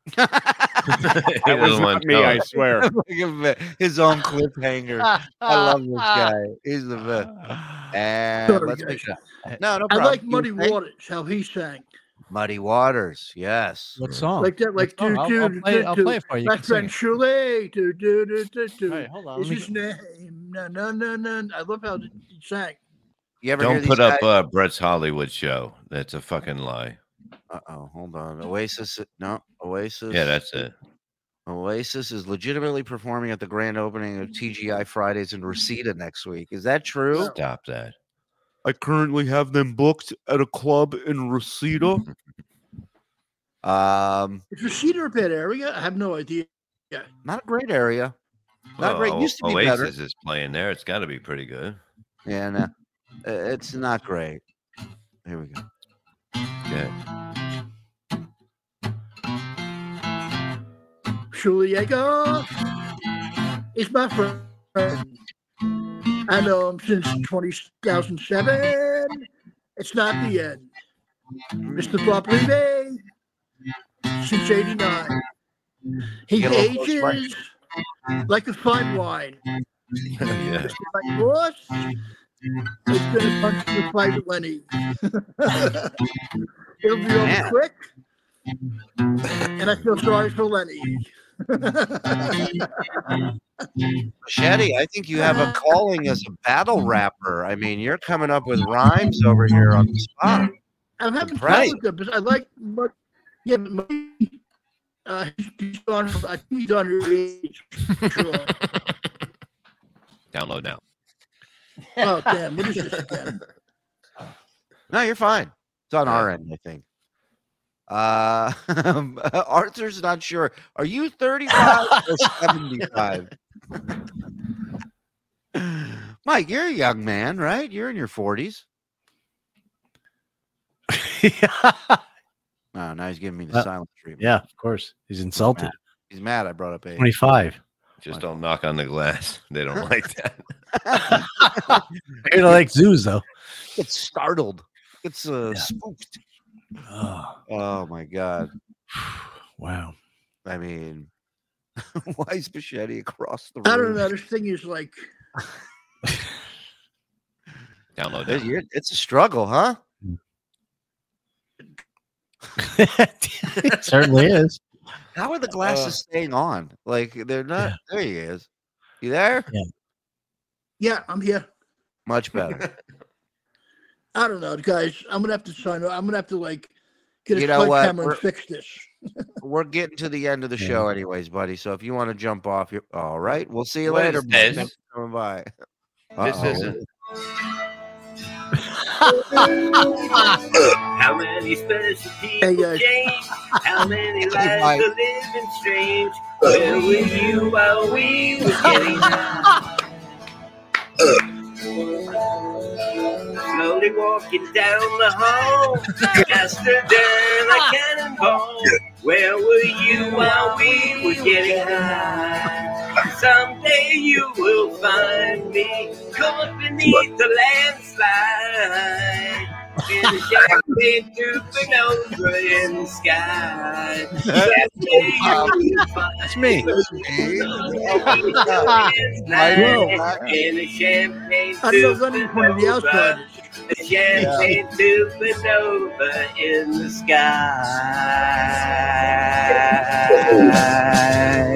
Speaker 2: He
Speaker 6: That was
Speaker 2: doesn't
Speaker 6: not
Speaker 2: want
Speaker 6: me,
Speaker 2: to
Speaker 6: I
Speaker 2: know.
Speaker 6: swear.
Speaker 1: Like a- His own cliffhanger. I love this guy. He's the best. And
Speaker 4: Sorry,
Speaker 1: let's
Speaker 4: guys.
Speaker 1: pick it up. No, no
Speaker 4: I
Speaker 1: problem.
Speaker 4: like
Speaker 1: You
Speaker 4: Muddy
Speaker 1: think-
Speaker 4: Waters, how he sang.
Speaker 1: Muddy Waters. Yes.
Speaker 3: What song?
Speaker 4: Like that, like
Speaker 3: Oh,
Speaker 4: do
Speaker 3: I'll,
Speaker 4: do
Speaker 3: I'll
Speaker 4: do
Speaker 3: play, I'll play
Speaker 4: do.
Speaker 3: it for you. you. can
Speaker 4: Last
Speaker 3: sing
Speaker 4: friend
Speaker 3: it.
Speaker 4: Shirley, do do do do
Speaker 3: All right,
Speaker 4: do.
Speaker 3: hold on.
Speaker 4: Is
Speaker 3: let me
Speaker 4: his name? No no no no. I love how he sang.
Speaker 1: You ever hear
Speaker 2: Don't
Speaker 1: these
Speaker 2: put
Speaker 1: guys?
Speaker 2: up uh, Brett's Hollywood show. That's a fucking lie.
Speaker 1: Uh oh, hold on. Oasis. No, Oasis.
Speaker 2: Yeah, that's it.
Speaker 1: Oasis is legitimately performing at the grand opening of TGI Fridays in Reseda next week. Is that true?
Speaker 2: Stop that.
Speaker 1: I currently have them booked at a club in Reseda. Um,
Speaker 4: Is Reseda a bad area? I have no idea.
Speaker 1: not a great area. Not great.
Speaker 2: Well,
Speaker 1: Used to be
Speaker 2: Oh, Oasis
Speaker 1: better.
Speaker 2: is playing there. It's got to be pretty good.
Speaker 1: Yeah, no, Uh, it's not great. Here we go.
Speaker 2: Yeah.
Speaker 4: Shuliego is my friend. I know him since 2007. It's not the end. Mr. Bob Levy, since 89. He
Speaker 1: Get a little close, Mike.
Speaker 4: ages like a fine wine.
Speaker 2: yeah.
Speaker 4: My
Speaker 1: Mm.
Speaker 4: boss is going to punch the private Lenny. It'll be over
Speaker 1: Man.
Speaker 4: quick. And I feel sorry for Lenny.
Speaker 1: Machete, I think you have a calling as a battle rapper. I mean, you're coming up with rhymes over here on the spot.
Speaker 4: I'm having
Speaker 1: Right.
Speaker 4: trouble with them because I like, but yeah, but Muddy, uh, he's on, I think he's on your age. for Sure.
Speaker 2: Download now.
Speaker 4: oh damn! What is this again?
Speaker 1: No, you're fine. It's on our end, I think. Uh, Arthur's not sure. Are you 35 or 75? Mike, you're a young man, right? You're in your 40s. Oh, now he's giving me the
Speaker 3: Uh,
Speaker 1: silent treatment.
Speaker 3: yeah, of course. He's insulted.
Speaker 1: He's mad I brought up age.
Speaker 3: 25.
Speaker 2: Just don't knock on the glass. They don't like that.
Speaker 3: You know, like zoos, though.
Speaker 1: It's startled. It's uh,
Speaker 3: Yeah.
Speaker 1: spooked.
Speaker 3: Oh,
Speaker 1: Oh my god!
Speaker 3: wow.
Speaker 1: I mean, why is Bichetti across the room?
Speaker 4: I don't know. This thing is like
Speaker 2: Download
Speaker 1: It-
Speaker 2: now.
Speaker 1: you're- it's a struggle, huh?
Speaker 3: it certainly is.
Speaker 1: How are the glasses staying on? Like they're not. There he is. You there?
Speaker 4: yeah, I'm here.
Speaker 1: Much better.
Speaker 4: I don't know, guys. I'm gonna have to sign. off. I'm gonna have to like get a
Speaker 1: You know what?
Speaker 4: sledgehammer and
Speaker 1: We're-
Speaker 4: fix this.
Speaker 1: We're getting to the end of the
Speaker 3: Yeah.
Speaker 1: show, anyways, buddy. So if you want to jump off, you're all right. We'll see you
Speaker 2: What
Speaker 1: later.
Speaker 2: is
Speaker 1: bud.
Speaker 2: this?
Speaker 1: Thanks for Coming by.
Speaker 2: This
Speaker 1: Uh-oh.
Speaker 2: isn't-
Speaker 7: How many special people
Speaker 4: Hey, guys.
Speaker 7: change? How many
Speaker 1: Hey,
Speaker 7: lives
Speaker 1: Mike.
Speaker 7: are living strange? Where were you while we were getting high? Slowly walking down the hall, faster than a cannonball. Where were you while we were getting high? Someday you will find me caught beneath the landslide. In the shadowy supernova in the sky.
Speaker 3: That's me.
Speaker 7: In a champagne
Speaker 4: I don't know if anyone's one of the
Speaker 7: supernova.
Speaker 4: outside.
Speaker 7: A champagne supernova in the sky.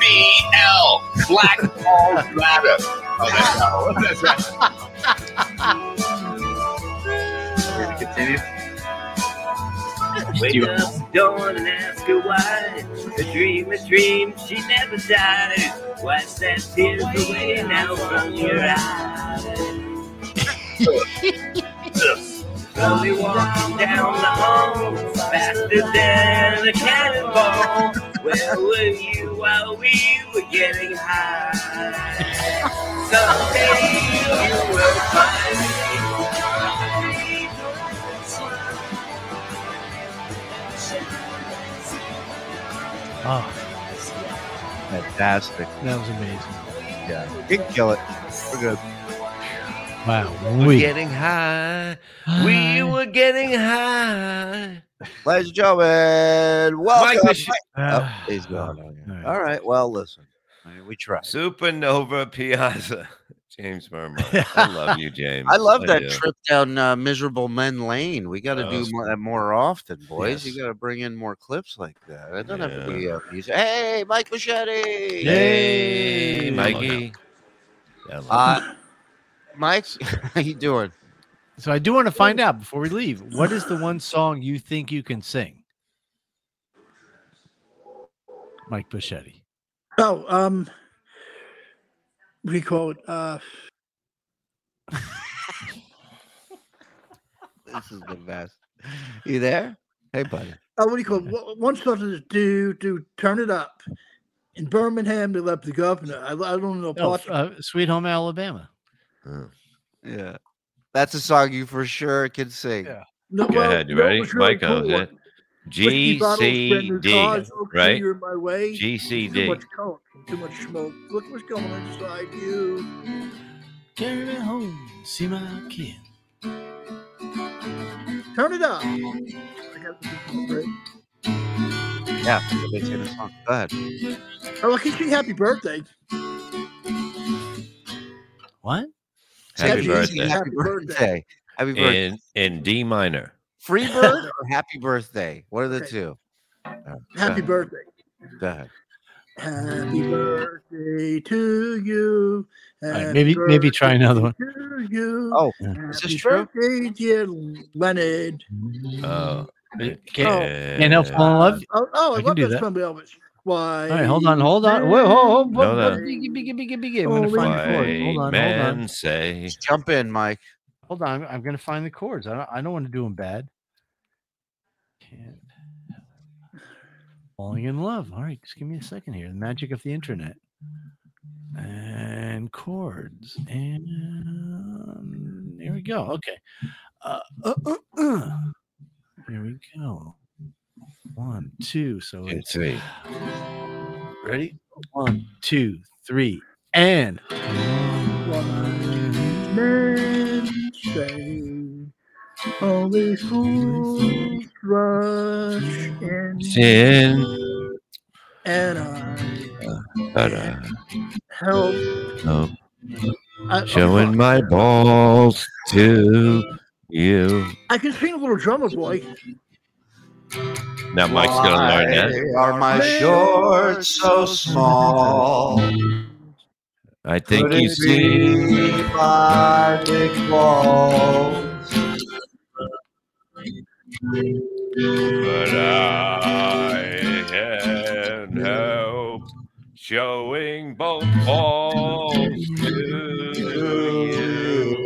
Speaker 7: BBL, Black Lives Matter. Oh, that's not- that's right. Continue. Wake up, dawn, and ask her why. The dream, a dream, she never dies. Wipe that tears away now from your eyes. Slowly walking down the hall, faster than a cannonball. Where were you while we were getting high? Someday you will find me.
Speaker 3: Oh,
Speaker 1: Fantastic.
Speaker 3: that was amazing.
Speaker 1: Yeah. You can kill it. We're good.
Speaker 3: Wow.
Speaker 2: We're
Speaker 3: We,
Speaker 2: getting high. We were getting high.
Speaker 1: Ladies and gentlemen, welcome.
Speaker 2: Mich-
Speaker 1: oh,
Speaker 3: Uh,
Speaker 1: he's gone.
Speaker 3: right.
Speaker 1: All right. Well, listen, I mean, we tried.
Speaker 2: Supernova Piazza. James Murmur. I love you, James.
Speaker 1: I love that
Speaker 2: do.
Speaker 1: trip down uh, miserable men lane. We got to
Speaker 2: That
Speaker 1: do
Speaker 2: was
Speaker 1: more, that more often, boys.
Speaker 2: Yes.
Speaker 1: You got to bring in more clips like that. It doesn't have to
Speaker 2: Yeah.
Speaker 1: be uh, music. Hey, Mike Machete.
Speaker 2: Hey, Mikey. Yeah, I love it.
Speaker 1: Uh, Mike, how you doing?
Speaker 3: So I do want to find out before we leave. What is the one song you think you can sing? Mike Buschetti.
Speaker 4: Oh, um, we call it. Uh,
Speaker 1: This is the best. You there? Hey, buddy.
Speaker 4: oh, what do you call it? Wha- One song is do do turn it up. In Birmingham, they left the governor. I, I don't know.
Speaker 2: Oh,
Speaker 3: No,
Speaker 4: parts-
Speaker 3: uh, Sweet Home Alabama.
Speaker 1: Yeah. That's a song you for sure can sing.
Speaker 3: Yeah.
Speaker 4: no,
Speaker 2: Go
Speaker 4: well,
Speaker 2: ahead. You
Speaker 4: no, it
Speaker 2: ready?
Speaker 4: was really
Speaker 2: Michael, is
Speaker 4: cool.
Speaker 2: it?
Speaker 4: Whiskey bottles, brand new
Speaker 2: GCD.
Speaker 4: cars, oh, gee,
Speaker 2: right?
Speaker 4: You're in my way. Too
Speaker 2: GCD.
Speaker 4: much coke, too much smoke. Look what's going on inside you.
Speaker 3: Carry me home, see my kid.
Speaker 4: Turn it up. I got the control, right?
Speaker 1: Yeah. They sing the song. Go ahead.
Speaker 4: Oh, look, you sing happy birthday.
Speaker 3: What?
Speaker 2: Happy
Speaker 4: Happy
Speaker 2: birthday.
Speaker 1: Happy
Speaker 4: Happy
Speaker 1: birthday.
Speaker 4: birthday.
Speaker 1: Happy birthday.
Speaker 2: In in D minor.
Speaker 1: Free bird or happy birthday? What are the
Speaker 4: Okay.
Speaker 1: two?
Speaker 4: Happy
Speaker 1: Yeah.
Speaker 4: birthday.
Speaker 1: Go ahead.
Speaker 4: Happy
Speaker 3: Mm.
Speaker 4: birthday to you.
Speaker 3: right,
Speaker 4: Happy
Speaker 3: maybe- maybe try
Speaker 4: birthday
Speaker 3: another one.
Speaker 4: To you.
Speaker 1: Oh,
Speaker 4: Happy
Speaker 1: is this true?
Speaker 4: birthday, dear Leonard.
Speaker 3: Mm.
Speaker 2: Oh.
Speaker 3: Can,
Speaker 2: can
Speaker 3: can't help
Speaker 2: uh,
Speaker 3: falling in love.
Speaker 4: Oh, oh I,
Speaker 3: I can
Speaker 4: love
Speaker 3: do
Speaker 4: that,
Speaker 3: that.
Speaker 4: song by Elvis. Why?
Speaker 3: All right, hold on, hold on. Whoa, whoa, whoa,
Speaker 2: No, no.
Speaker 3: whoa,
Speaker 2: Oh,
Speaker 3: whoa, biggie, biggie, biggie, biggie. I'm gonna
Speaker 4: Holy
Speaker 3: find the chords. Hold on, hold
Speaker 2: men
Speaker 3: on,
Speaker 2: say
Speaker 1: Jump in, Mike.
Speaker 3: hold on. I'm gonna find the chords. I don't, I don't want to do them bad. Can't. Falling in love. All right, just give me a second here. The magic of the internet. And chords. And there we go. Okay. Uh, uh, uh, uh. Here we go. One, two. So
Speaker 2: it's
Speaker 3: it's
Speaker 2: me.
Speaker 3: Ready? One, two, three, and
Speaker 4: Men say only fools rush in,
Speaker 2: Sin.
Speaker 4: and I
Speaker 2: Ta-da.
Speaker 4: help.
Speaker 2: Oh.
Speaker 4: I,
Speaker 2: Showing my balls to you.
Speaker 4: I can sing a little drummer boy.
Speaker 2: Now Mike's gonna learn that.
Speaker 1: Why Are my shorts so small?
Speaker 2: I think
Speaker 1: Could
Speaker 2: you
Speaker 1: it
Speaker 2: see.
Speaker 1: be my big balls?
Speaker 2: But I can help showing both balls to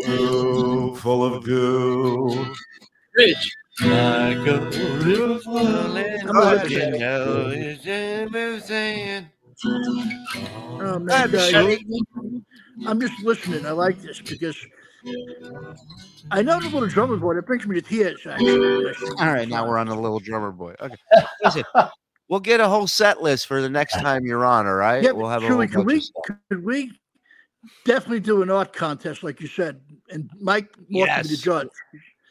Speaker 2: you. Full of goo.
Speaker 3: Rich.
Speaker 2: Like a river flowing, but you
Speaker 4: okay.
Speaker 2: know it's everything.
Speaker 4: Oh, man, guys, I'm just listening. I like this because I know the little drummer boy. It brings me to tears. Actually,
Speaker 1: All right, now we're on a little drummer boy. Okay. Listen, we'll get a whole set list for the next time you're on, all right?
Speaker 4: Yeah,
Speaker 1: we'll have
Speaker 4: but
Speaker 1: a whole
Speaker 4: Julie,
Speaker 1: bunch
Speaker 4: could
Speaker 1: of
Speaker 4: we
Speaker 1: stuff.
Speaker 4: could we definitely do an art contest like you said? And Mike wants to be
Speaker 1: Yes.
Speaker 4: the judge.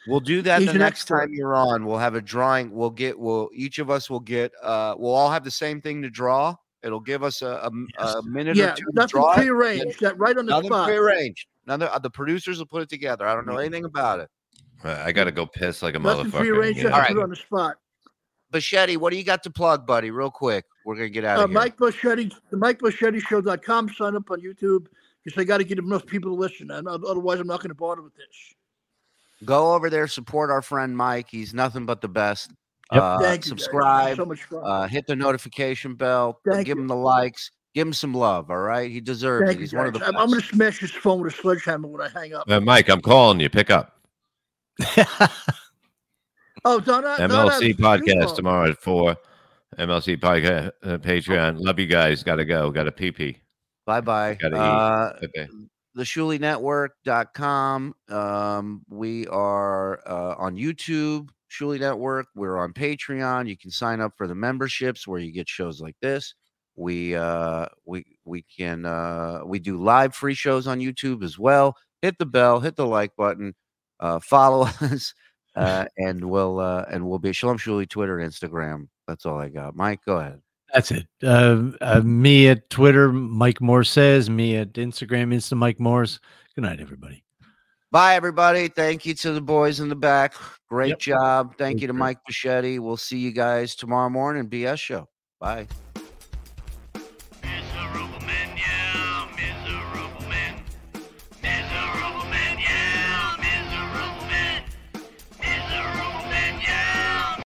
Speaker 1: We'll do that
Speaker 4: He's
Speaker 1: the
Speaker 4: an
Speaker 1: next
Speaker 4: expert.
Speaker 1: time you're on. We'll have a drawing. We'll get. We'll each of us will get. Uh, we'll all have the same thing to draw. It'll give us a, a m- a minute
Speaker 4: Yeah,
Speaker 1: or two to
Speaker 4: nothing
Speaker 1: draw. it.
Speaker 4: prearranged. That right on the
Speaker 1: Nothing
Speaker 4: spot.
Speaker 1: prearranged. None of, uh, the producers will put it together. I don't know anything about it.
Speaker 2: I gotta go piss like a
Speaker 4: Nothing
Speaker 2: motherfucker.
Speaker 4: prearranged.
Speaker 2: you know?
Speaker 4: All
Speaker 1: All right.
Speaker 4: right. on the spot.
Speaker 1: Bashetti, what do you got to plug, buddy? Real quick. We're gonna get out
Speaker 4: Uh,
Speaker 1: of here.
Speaker 4: Mike Boschetti, the Mike Boschetti Show.com. Sign up on YouTube because I got to get enough people to listen. And oth- otherwise, I'm not going to bother with this.
Speaker 1: Go over there, support our friend Mike. He's nothing but the best.
Speaker 3: Yep.
Speaker 1: Uh,
Speaker 4: Thank you. guys.
Speaker 1: subscribe.
Speaker 4: So much fun.
Speaker 1: uh, hit the notification bell.
Speaker 4: Thank
Speaker 1: give
Speaker 4: you.
Speaker 1: him the likes. Give him some love. All right, he deserves
Speaker 4: Thank
Speaker 1: it.
Speaker 4: you.
Speaker 1: He's one of the.
Speaker 4: guys. I'm, I'm
Speaker 1: best.
Speaker 4: going to smash his phone with a sledgehammer when I hang up.
Speaker 2: Uh, Mike, I'm calling you. Pick up.
Speaker 4: Oh, Donna.
Speaker 2: MLC
Speaker 4: Donna, speak
Speaker 2: podcast
Speaker 4: on.
Speaker 2: tomorrow at four. MLC podcast uh, Patreon. Love you guys. Gotta go. Gotta pee pee.
Speaker 1: Bye bye.
Speaker 2: Gotta eat.
Speaker 1: Uh,
Speaker 2: Okay.
Speaker 1: theshulinetwork.com. Um, we are uh, on YouTube, Shuli Network. We're on Patreon. You can sign up for the memberships where you get shows like this. We uh, we we can uh, we do live free shows on YouTube as well. Hit the bell, hit the like button, uh, follow us. uh, and we'll uh, and we'll be Shalom Shuli Twitter and Instagram. That's all I got. Mike, go ahead.
Speaker 3: That's it. Uh, uh, me at Twitter, Mike Moore says. Me at Instagram, Insta Mike Morris. Good night, everybody.
Speaker 1: Bye, everybody. Thank you to the boys in the back. Great
Speaker 3: Yep.
Speaker 1: job. Thank you to Mike Pachetti. We'll see you guys tomorrow morning. BS show. Bye.